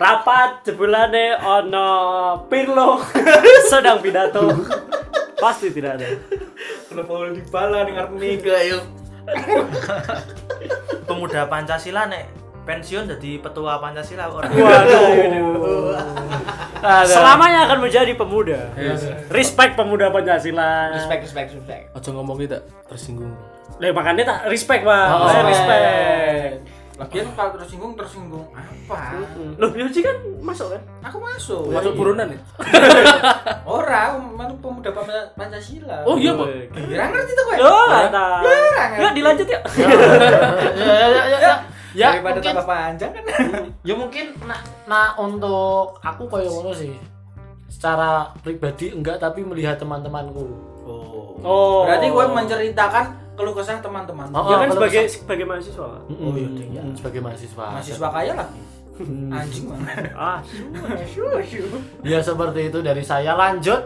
D: Rapat jebulane ono Pirlo (laughs) sedang pidato. Pasti tidak ada.
B: Kenapa lu dibala dengar mega yuk?
E: Pemuda Pancasila nek pensiun jadi petua Pancasila orang.
D: Waduh. Selamanya akan menjadi pemuda. Respect pemuda Pancasila.
B: Respect, respect, respect.
C: Aja ngomong tak tersinggung.
D: Lah makanya tak respect, Pak.
A: Oh,
D: Saya
A: respect.
D: respect.
B: Lagian kalau tersinggung tersinggung apa?
D: Loh, Yoji kan masuk kan?
B: Aku masuk.
C: Masuk buronan ya?
B: Ora, aku masuk pemuda Pan- Pancasila.
C: Oh iya, Pak.
B: Kira ngerti tuh kowe.
D: Loh, Oh, tak.
B: Ora ngerti.
D: Yuk dilanjut yuk.
A: Ya ya ya. ya. Ya,
B: Daripada
A: mungkin-
B: tambah panjang kan.
A: ya mungkin nah, nah untuk aku kayak ngono sih secara pribadi enggak tapi melihat teman-temanku
B: Oh.
D: Oh.
B: Berarti gue menceritakan keluh kesah teman-teman.
A: Oh,
D: Ya kan
A: kalau
D: sebagai
A: bisa-
D: sebagai mahasiswa. Pak.
A: oh iya iya sebagai mahasiswa
B: Mahasiswa kaya lagi. Anjing mana?
D: Ah,
B: (laughs)
A: ya seperti itu dari saya lanjut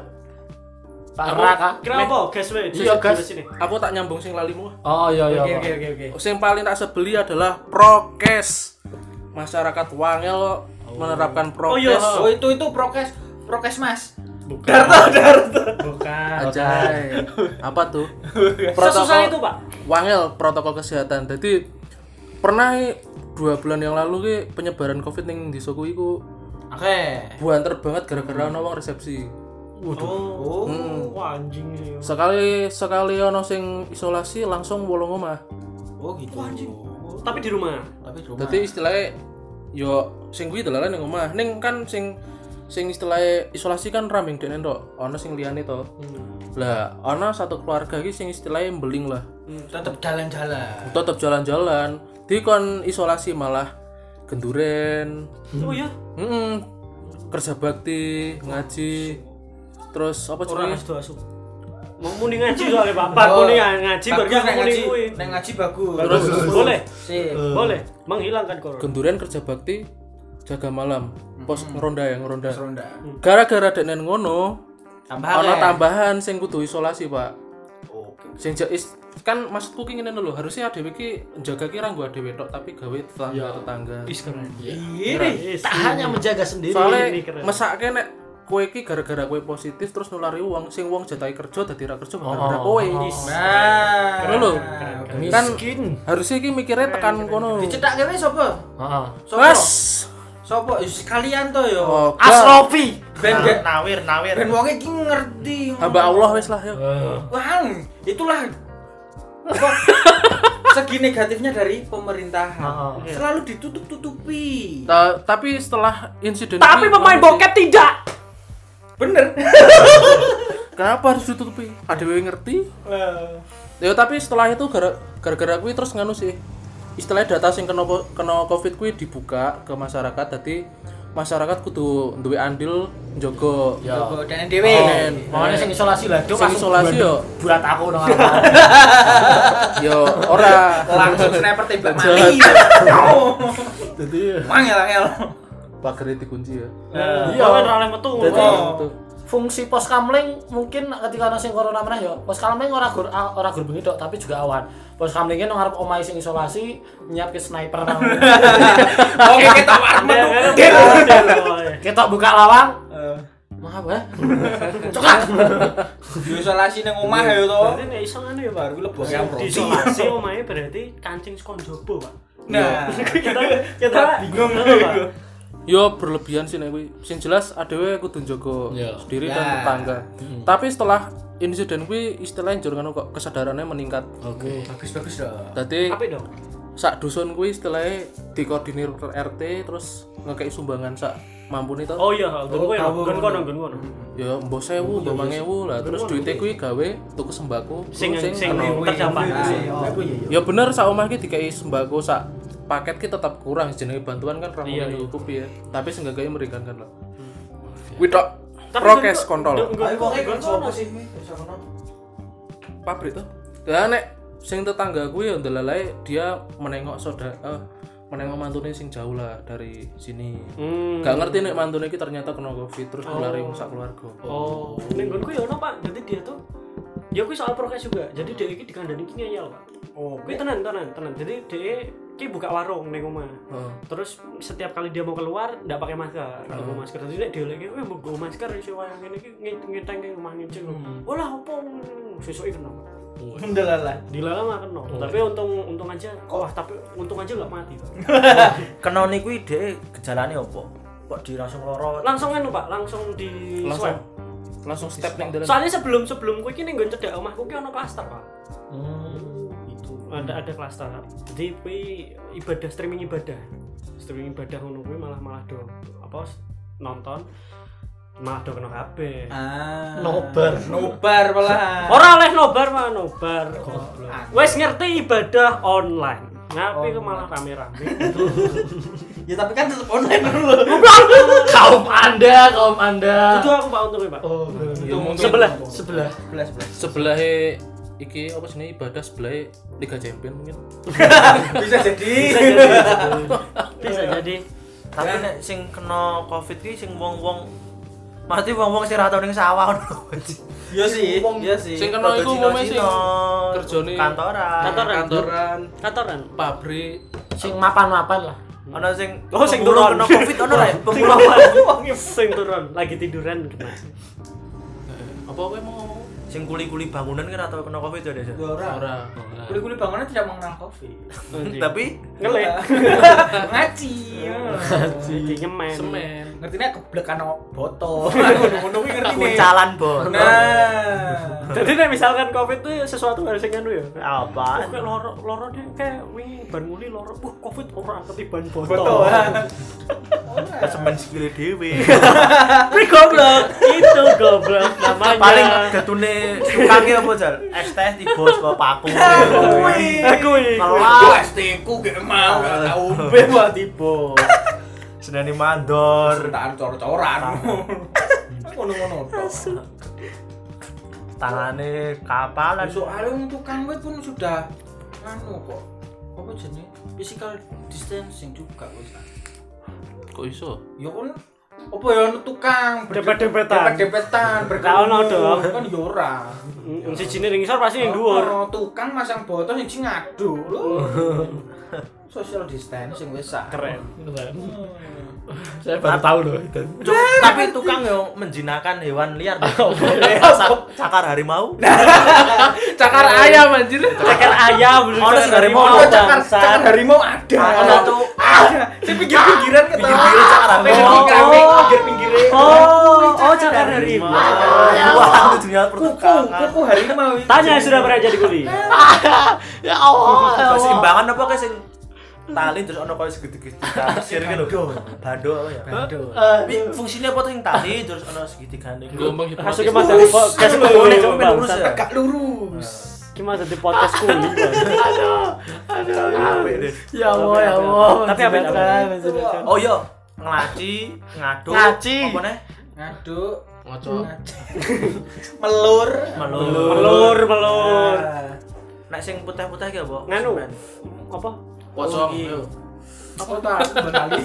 A: Pak Raka
D: kenapa? Gas weh.
A: Iya, gas.
D: Sini.
C: Aku tak nyambung sing lalimu.
A: oh iya iya
B: Oke
A: Pak.
B: oke oke oke.
C: Yang paling tak sebeli adalah prokes. Masyarakat Wangel menerapkan
D: Oh, iya.
C: prokes.
B: Oh itu itu prokes prokes mas.
C: Ajay. Apa tuh?
D: Sesusah itu, Pak.
C: Wangel protokol kesehatan. Jadi pernah i, dua bulan yang lalu ki penyebaran covid ning di Soko iku
B: Oke.
C: buanter banget gara-gara ana wong resepsi.
B: Oh.
D: Wah, anjing sih.
C: Sekali sekali ono sing isolasi langsung bolong omah.
B: Oh gitu.
D: Tapi di rumah.
B: Tapi di rumah.
C: Dadi istilahnya yo sing kuwi dolanan ning omah. Ning kan sing sing istilahnya isolasi kan raming dene tok. Ono sing liyane to. Lah, ono satu keluarga iki sing istilahnya beling lah.
B: tetap jalan-jalan.
C: Tetep jalan-jalan. Di kon isolasi malah genduren.
D: Oh iya.
C: Mm-mm. Kerja bakti, ngaji. Terus apa
D: Orang
C: jenenge?
D: harus doa asuh. Mau muni ngaji soalnya Pak. Oh, Pak muni ngaji baru aku
B: Bagus nek
D: muni
B: ngaji.
D: kuwi.
B: Nek ngaji bagus.
D: Boleh.
B: Sip.
D: Boleh menghilangkan corona.
C: Genduren kerja bakti, jaga malam. Pos ngeronda ya, ngeronda.
B: Ronda.
C: Gara-gara dene ngono,
B: Tambahan.
C: ono
D: ya?
B: Lek.
C: tambahan sing kudu isolasi, Pak.
B: Oke.
C: Sing ja- is, kan maksudku ki ngene lho, harusnya adewe ki jaga ki ra nggo adewe tok tapi gawe
D: Ya.
C: tetangga-tetangga.
B: Iya.
A: tak hanya menjaga sendiri
C: Soale
D: ini keren.
C: mesake nek kowe ki gara-gara kowe positif terus nulari wong sing wong jatai kerja dadi ra kerja gara-gara
D: Oh.
C: kowe.
B: Nah.
C: Ngono lho. Kan
A: miskin
C: harusnya ki mikirnya tekan kono.
B: Dicetak kene sapa?
A: Heeh.
B: Sapa?
C: Mas.
B: Sapa? Ih, Sekalian to yo.
C: Oh, Asro.
A: Asrofi
B: Ben
E: Nah, nawir nawir.
B: ben wong iki ngerti.
C: Hamba Allah wis lah ya.
D: Eh.
B: Wang, itulah (laughs) apa, segi negatifnya dari pemerintahan.
A: Heeh.
B: Selalu ditutup-tutupi.
C: Ta- tapi setelah insiden
D: Tapi
C: ini,
D: pemain
C: kono ki-
D: bokep tidak.
B: Bener.
C: Kenapa harus ditutupi? Adewe ngerti? Ya tapi setelah itu gara- gara-gara kuwi terus nganu sih. Istilahnya data sing kena po- kena Covid kuwi dibuka ke masyarakat dadi masyarakat kudu duwe andil njogo
A: ya
B: Coba dana dewe.
A: makanya sing isolasi lah dok
C: Sing isolasi yo
A: buat aku nang
C: yo ora
B: Iya. (laughs) Langsung sniper tembak mati. Oh.
A: Jadi
B: Mangel (laughs) angel.
C: pagernya dikunci ya
A: iya.
D: Iya, kan raleh metu.
A: Jadi-
D: Wah,
B: Oh.
C: Tuh.
A: fungsi pos kamling mungkin ketika ono sing corona meneh ya pos kamling ora gur a- ora gur bengi tok tapi juga awan pos kamlinge nang ngarep omahe sing isolasi nyiapke sniper nang
B: Oke kita warna
D: Iya, kan?
B: tuh.
D: Model, woy. (laughs)
A: ketok buka lawang maaf ya
B: Coklat. Isolasi nang omah ya to.
D: Berarti nek iso ngene ya, Pak.
B: Baru lebos
D: Yang
B: yang bro.
D: diisolasi omahe berarti kancing sekon jobo, Pak. Iya.
B: Nah,
D: (laughs) Kita kita
B: bingung.
D: Betul, Pak.
C: Yo berlebihan sih nek kuwi. Sing jelas adewe kudu njogo
A: Iya.
C: sendiri
B: Ya.
C: dan tetangga. Tapi setelah insiden kuwi istilahnya jur ngono kok kesadarannya meningkat.
A: oke
B: Bagus-bagus dah.
C: Dadi
D: Apik dong.
C: sak dusun kuwi istilahnya dikoordinir RT terus ngekei sumbangan sak mampu nih
D: Oh iya, gun kowe no, gun kono, gun kono.
C: Ya mbok 1000, mbok 5000 lah terus duitnya kuwi gawe tuku sembako
D: Sing
C: terus
D: sing
C: kena.
D: terdampak.
C: Ya bener sak omah ki dikai sembako sak paket ki tetap kurang jenenge bantuan kan rampung
D: Iya, iya.
C: cukup ya. Tapi seenggaknya meringankan lah. Kuwi tok
D: Tapi kan
C: prokes
D: gun-
C: kontrol.
D: gun- gun- gun
B: kan
D: kono.
C: pabrik tuh ya nek sing tetangga gue ya ndelalae dia menengok saudara eh, menengok mantune sing jauh lah dari sini
D: Hmm.
C: gak ngerti nek mantune iki ternyata kena covid terus nulari wong sak keluarga
D: Oh, ning gunku ya ono, Pak. Jadi dia tuh Ya kuwi soal prokes juga. Jadi dia iki dikandani ki ngeyel, Pak.
B: Oh,
D: Kuwi tenan, tenan, tenan. Jadi dia ki buka warung ning omah.
C: Heeh.
D: Terus setiap kali dia mau keluar ndak pakai masker, nggak bawa masker. Jadi nek dia lagi, "Weh, mbok bawa masker iso wae ngene iki ngit- ngiteng ke omah ngincing."
C: Hmm.
D: Walah opo sesuk kena.
B: Oh, Ndelalah.
D: Dilarang mah kena.
C: Oh.
D: Tapi untung untung aja wah tapi untung aja nggak mati. Pak.
E: Kena niku ide gejalane opo? Kok di langsung loro?
D: langsung anu Pak, langsung di
C: langsung
D: swab.
C: langsung step ning dalan
D: Soalnya sebelum sebelum kuwi iki ning nggon cedhak omahku ki ono klaster, Pak.
A: Hmm,
D: ada ada klaster jadi kui ibadah streaming ibadah streaming ibadah ngono kui malah malah do apa s- nonton malah do kena HP
B: Ah.
A: Nobar.
B: Nobar malahan.
D: ora oleh nobar mah nobar goblok wes ngerti ibadah online ngapi ke malah rame-rame
B: Ya tapi kan tetap online dulu.
A: (laughs) kaum anda kaum anda
D: itu aku pak untuk kui, pak
A: oh
D: Sebelah.
A: sebelah
B: Sebelas sebelas.
C: sebelahnya iki apa sini ibadah sebelah Liga Champion mungkin
B: Bisa jadi.
D: bisa jadi Oh, bisa jadi
E: Tapi nek sing kena Covid ki sing wong-wong mati wong-wong sing ra tau ning sawah ngono.
B: Iya sih. Iya sih.
C: sing kena iku
E: Cino-cino,
C: umumnya sing kerjane
E: kantoran.
D: Kantor.
C: kantoran
D: kantoran
C: pabrik
A: sing mapan mapan lah
E: Ono sing
D: Oh, sing
E: pemulung kena
D: turun.
E: Covid ono ra? ya? Pemulung.
D: sing turun lagi tiduran kena
C: apa kowe mau ngomong
E: Sing kuli-kuli bangunan kan atau kena Covid ya, Des?
B: Ora.
C: ora
B: Kuli-kuli bangunan tidak mengenal (laughs) kopi.
E: Tapi
D: ngelek
B: (laughs) Ngaci.
D: jadi nyemen
C: semen
B: Ngerti nek keblekan (laughs) botol. Ngono kuwi ngerti nih.
E: kuncalan bon.
B: Nah.
D: jadi nek misalkan covid tuh sesuatu harus yang anu ya
E: Apa?
D: Aku kayak loro loro deh kayak wingi ban muli loro. Wah, Covid ora ketiban
B: Botol.
D: botol.
B: (laughs)
E: Kesemen sikile dhewe.
D: Pri goblok. Itu goblok namanya.
E: Paling getune tukange apa, Jal? Es teh tiba saka paku.
B: Ya
D: aku ini.
B: Plastiku gak mau gak tau
D: (laughs)
B: umbe wae tiba.
E: Seneni mandor,
B: Pertaan (laughs) cor-coran. Ngono-ngono.
E: tangane kapalan.
B: Soalnya wong tukang wit pun sudah anu kok. Apa jenenge? Physical distancing juga wis.
C: kok iso
B: Ya kan apa ya ono tukang ber-
D: Dempet-dempetan.
B: Dempet-dempetan
D: Nggak ono dong.
B: Kan ya ora.
D: Sing jine ning isor pasti ning dhuwur.
B: Ono tukang masang botol siji ngadu
D: (laughs)
B: lho. Social distancing wis sak. Hmm.
D: Keren.
A: saya baru tahu loh itu
E: Cuk, tapi tukang yo menjinakan hewan liar.
B: Oh,
E: Sa- Cakar harimau.
B: Nah. Cakar ayam anjir.
D: Ceker ayam.
E: Ono sing harimau,
B: Oh,
E: ono
B: cakar cakar harimau ada.
E: Ono tuh
B: ada. Si pinggir-pinggiran ketawa.
E: Pinggir-pinggir cakar harimau.
B: Pinggir-pinggir.
D: Oh, oh cakar harimau.
E: Wah, itu dunia
B: Ya Kuku,
E: pertukangan.
B: kuku harimau. itu.
D: Tanya sudah pernah jadi kuliah.
A: ya allah
E: Keseimbangan apa Hmm. kayak sing tali terus ono koyo segitiga (laughs) sir gitu lho. Bando apa ya?
D: Eh,
B: Aduh.
E: Tapi fungsinya apa tuh yang tali terus ono segitigane gitu.
C: gelombang
D: Masuk
C: hipnotis
D: ke masa di podcast
E: Lurus.
D: kuwi
E: Lurus.
D: coba.
E: Lurus ya?
B: Tegak lurus.
D: Gimana di podcast kuwi?
E: Apik deh.
A: ya allah ya allah
D: Tapi apa-
A: menjinakkan,
B: Ah,
D: apa-
A: menjinakkan.
E: Oh iya, ngelaci, ngaduk,
A: Ngelaci.
E: apa nih?
B: Ngaduk.
C: ngocok
B: (laughs) Melur.
E: Melur.
D: Melur, melur.
E: Nek sing putih-putih ki apa?
D: Nganu.
E: Semen.
D: Apa?
C: pocong
E: Oh, iya.
C: ayo.
B: Apa ta? Benali.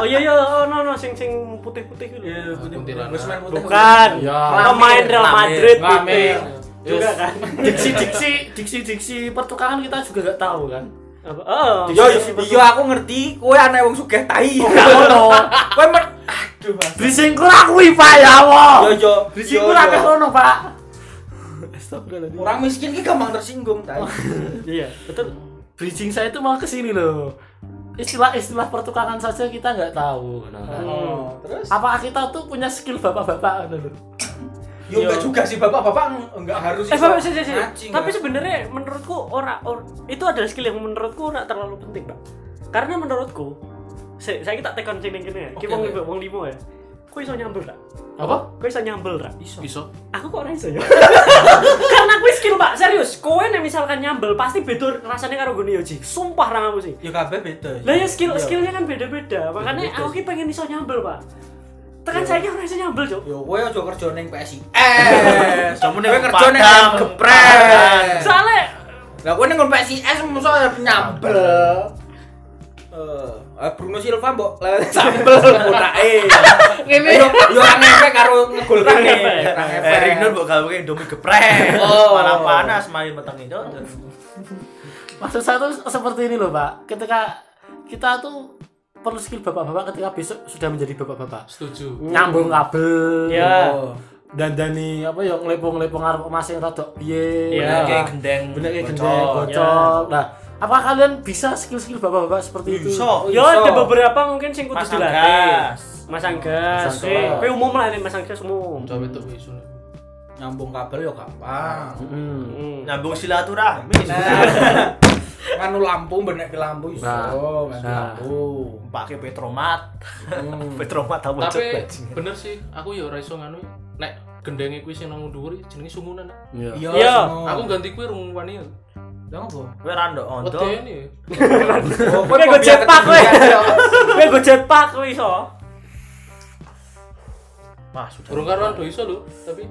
D: Oh iya iya, oh no no sing sing putih-putih gitu.
B: Ya
C: Kuntilanak.
B: Wisman putih.
D: Bukan.
A: Ya.
D: Pemain Real
E: Lamir.
D: Madrid putih.
B: Lamir.
D: Juga kan.
A: diksi diksi diksi diksi pertukaran kita juga nggak tahu kan
D: Apa? Oh.
B: Yo yo aku ngerti, kowe aneh wong sugih tai.
A: nggak ono
B: Kowe men aduh. Mas.
A: drising kurang kuwi pak ya
B: Yo
A: wo
B: yo.
A: drising
B: yo,
A: kurang
B: yo.
A: kes ono pak
B: Orang miskin ki gampang tersinggung tai.
D: Iya, betul.
A: bridging saya itu malah kesini loh istilah-istilah pertukaran saja kita nggak tahu nah, kan.
B: Oh, terus
A: apakah kita tuh punya skill bapak-bapak gitu loh
B: yo enggak juga sih bapak-bapak enggak harus
D: Eh,
B: iso
D: Bapak, sih, sih, sih.
B: ngaji,
D: Tapi
B: enggak.
D: sebenarnya menurutku ora, or- itu adalah skill yang menurutku ora terlalu penting, Pak. Karena menurutku saya saya kita tekan sing ning kene ya. Ki
B: Oke,
D: wong
B: oke.
D: wong limo ya. Kok iso nyambel, Pak?
A: apa
D: Kok iso nyambel, Pak?
C: iso
D: Aku kok ora iso ya. (laughs) Karena aku skill, Pak. Serius, kowe nek misalkan nyambel pasti beda rasanya karo gone Yoji. Sumpah ra sih.
B: yo kabeh beda.
D: Lah ya skill
B: Yo.
D: skillnya kan beda-beda. Iya. Makanya aku ki pengen iso nyambel, Pak. Tekan saya ora iso nyambel, Cok.
B: Yo kowe aja kerja ning
D: (laughs)
B: PSI. Eh,
E: Kamu ning
B: kowe kerja ning
E: Padang.
B: ayam
D: Eh.
B: geprek.
D: Soalnya
B: Lah kowe ning nggon PSIS mosok arep nyambel. Eh, Bruno Silva mbok le-
D: (laughs)
B: sambel kotake. Ngene yo yo ra ngefek karo ngegol kene.
D: ya.
B: Ra ngefek.
E: Erik Nur buat gawe Indomie
D: (laughs)
E: geprek.
B: Oh.
E: Malah panas main petang itu.
A: maksud saya tuh seperti ini loh pak ketika kita tuh perlu skill bapak-bapak ketika besok sudah menjadi bapak-bapak
C: setuju
A: nyambung kabel
D: ya.
B: Oh,
A: dan dani apa ya ngelepong-ngelepong arep masih rodok piye
D: Iya.
A: Nah,
E: Kayak gendeng.
A: bener kayak
E: bocor.
A: gendeng bocor nah apa kalian bisa skill-skill bapak-bapak seperti itu
E: Iso.
D: Yo Ya, ada beberapa mungkin sing kudu
E: Mas
D: dilatih.
E: Anggas.
D: Mas Anggas.
A: Mas Anggas.
D: eh, Kowe umum lah nih Mas Anggas umum.
C: jawab itu iso
B: Nyambung kabel yo gampang.
A: Hmm.
D: Hmm.
E: Nyambung silaturahmi.
B: Nganu lampu benek ke lampu iso,
A: Nah.
B: nganu
A: Nah.
B: lampu.
E: Pakai petromat.
A: Hmm.
E: Petromat tak bocor
C: tapi
E: bajingan.
C: bener sih aku ya ora iso nganu nek gendenge kuwi sing nang dhuwur iki jenenge sungunan
A: Iya.
B: Iya,
D: Iya.
B: semua.
C: aku ganti kuwi rung wani
B: Lah ngopo?
E: Kowe randok ondo.
C: wedeni
B: Oh,
D: Kowe go jetpack, kowe.
B: Iya.
D: Kowe go jetpack kowe iso.
E: Mas sudah.
C: urung karuan do iso lho tapi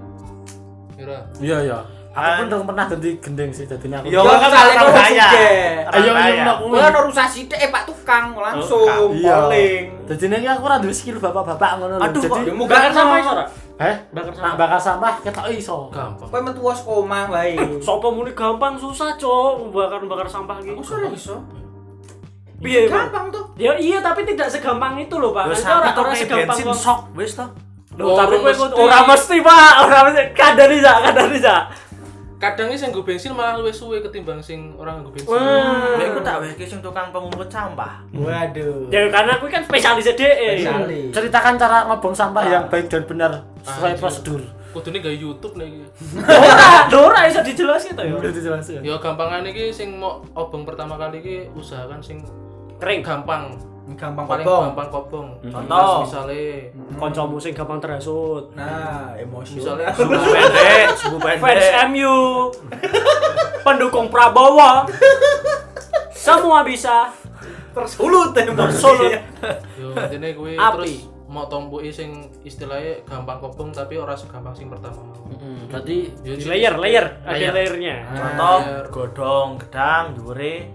C: ya ora
A: iya iya aku pun
E: An-
A: dong pernah ganti gendeng sih tadinya aku
E: Yo
B: Yo,
E: kan
B: kali
E: orang
B: kau
E: kaya.
B: sugih.
E: Orang
A: Ayo,
E: kaya.
A: nyemplak.
B: Kowe ana rusak sithik eh Pak tukang langsung
A: Iya.
B: calling.
A: Jadi ini aku ora duwe skill bapak-bapak ngono lho.
E: Aduh,
A: Jadi
E: kok-
B: Muga kan sama iso ora?
A: heh
D: Bakar
A: nak
D: sampah.
A: bakar sampah ketok iso.
C: gampang
B: Kowe metu wis koma wae.
D: Sopo muni gampang susah, Cok, bakar-bakar sampah gitu.
B: Iso ora iso.
D: Piye, Pak?
B: Gampang tuh.
D: Ya iya tapi tidak segampang itu loh, Pak.
E: Yo
D: Itu
E: sampe
D: ora
E: tok
D: ora
E: isi
D: segampang
E: bensin
D: kok.
E: sok wis to.
D: Loh, tapi
C: Orang
D: kowe
C: mesti.
D: kudu ora mesti, Pak. Ora mesti. Kadani sak, kadani sak.
C: kadangnya sing nggo bensin malah luwih suwe ketimbang sing ora nggo bensin
D: Wah.
E: Hmm. Lha iku tak wehke sing tukang pemungut sampah.
B: Waduh.
D: Ya karena kowe kan spesialis dhek.
B: Spesialis.
A: Ceritakan cara ngebong sampah yang baik dan benar sesuai
C: Ah, iya.
A: prosedur.
C: kudune gawe YouTube nek iki
D: Ora, lho, ora iso dijelasin to ya.
A: Udah dijelasin.
C: ya gampangan iki sing mau obong pertama kali iki usahakan sing
D: Kering.
C: gampang
B: Gampang
C: paling
B: kobong.
C: gampang kobong
E: Contoh.
C: misalnya
D: Kancamu sing gampang terasut.
B: Nah,
C: misalnya
B: emosional.
E: Sumbu pendek, sumbu
D: fans
E: pendek.
D: MU, (laughs) pendukung Prabowo, semua bisa.
E: Tersulut tembok
D: Tersulut.
C: yo intine
D: Api.
C: kuwi terus mau tomboki sing istilahnya gampang kobong tapi ora segampang sing pertama mau
A: Berarti
C: yo
D: Di
C: jadi
D: layer, layer, ada
C: Layer.
D: layernya.
B: Nah,
E: Contoh godhong, gedang, dhuwure.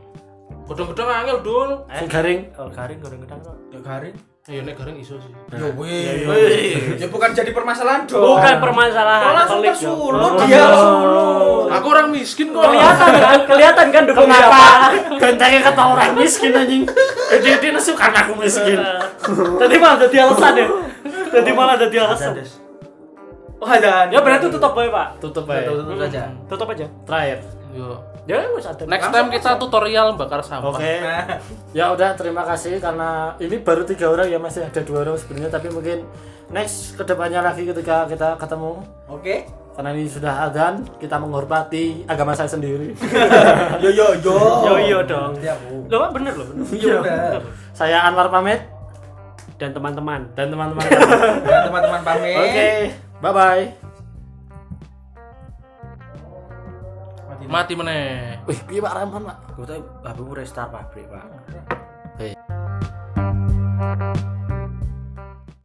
C: Godhong-godhong angel dul.
A: sing garing
E: Oh, garing godhong gedang kok.
B: Ya garing.
C: Ya nek garing iso sih.
B: Ya
E: iya,
B: weh. Ya bukan jadi permasalahan dong.
D: Bukan Nah, ya. permasalahan.
B: Kok langsung
D: pelik,
B: tersulut
D: Jok.
B: dia
D: Oh.
B: tersulut.
C: Aku orang miskin kok.
D: Kelihatan kan, kelihatan kan dukung
A: Kenapa?
D: siapa.
A: Gentengnya kata orang miskin anjing. Jadi dia nesu karena aku miskin.
D: (laughs) Tadi malah jadi alasan ya. Tadi malah jadi alasan.
E: Des.
B: Oh, ada.
D: Ya berarti tutup aja pak.
A: Tutup
B: Tutup
A: aja.
B: tutup saja.
D: Tutup aja.
A: Terakhir.
C: Yo.
D: Ya harus ada.
C: Next time kita tutorial bakar sampah.
A: Oke. Ya udah terima kasih karena ini baru tiga orang ya masih ada dua orang sebenarnya tapi mungkin next kedepannya lagi ketika kita ketemu
B: Oke.
A: karena ini sudah azan kita menghormati agama saya sendiri (laughs)
B: Yo yo yo.
D: Yo iya. yo dong.
B: Ya,
D: Loh Pak, bener loh bener.
B: Iya udah.
A: saya Anwar pamit
D: Dan teman-teman.
A: dan teman-teman
D: (laughs)
A: kami.
B: Dan teman-teman pamit.
A: oke bye bye
C: Mati meneh.
A: wih piye pak Ramon pak
E: Gue tuh babu restart pabrik, Pak.
A: Eh.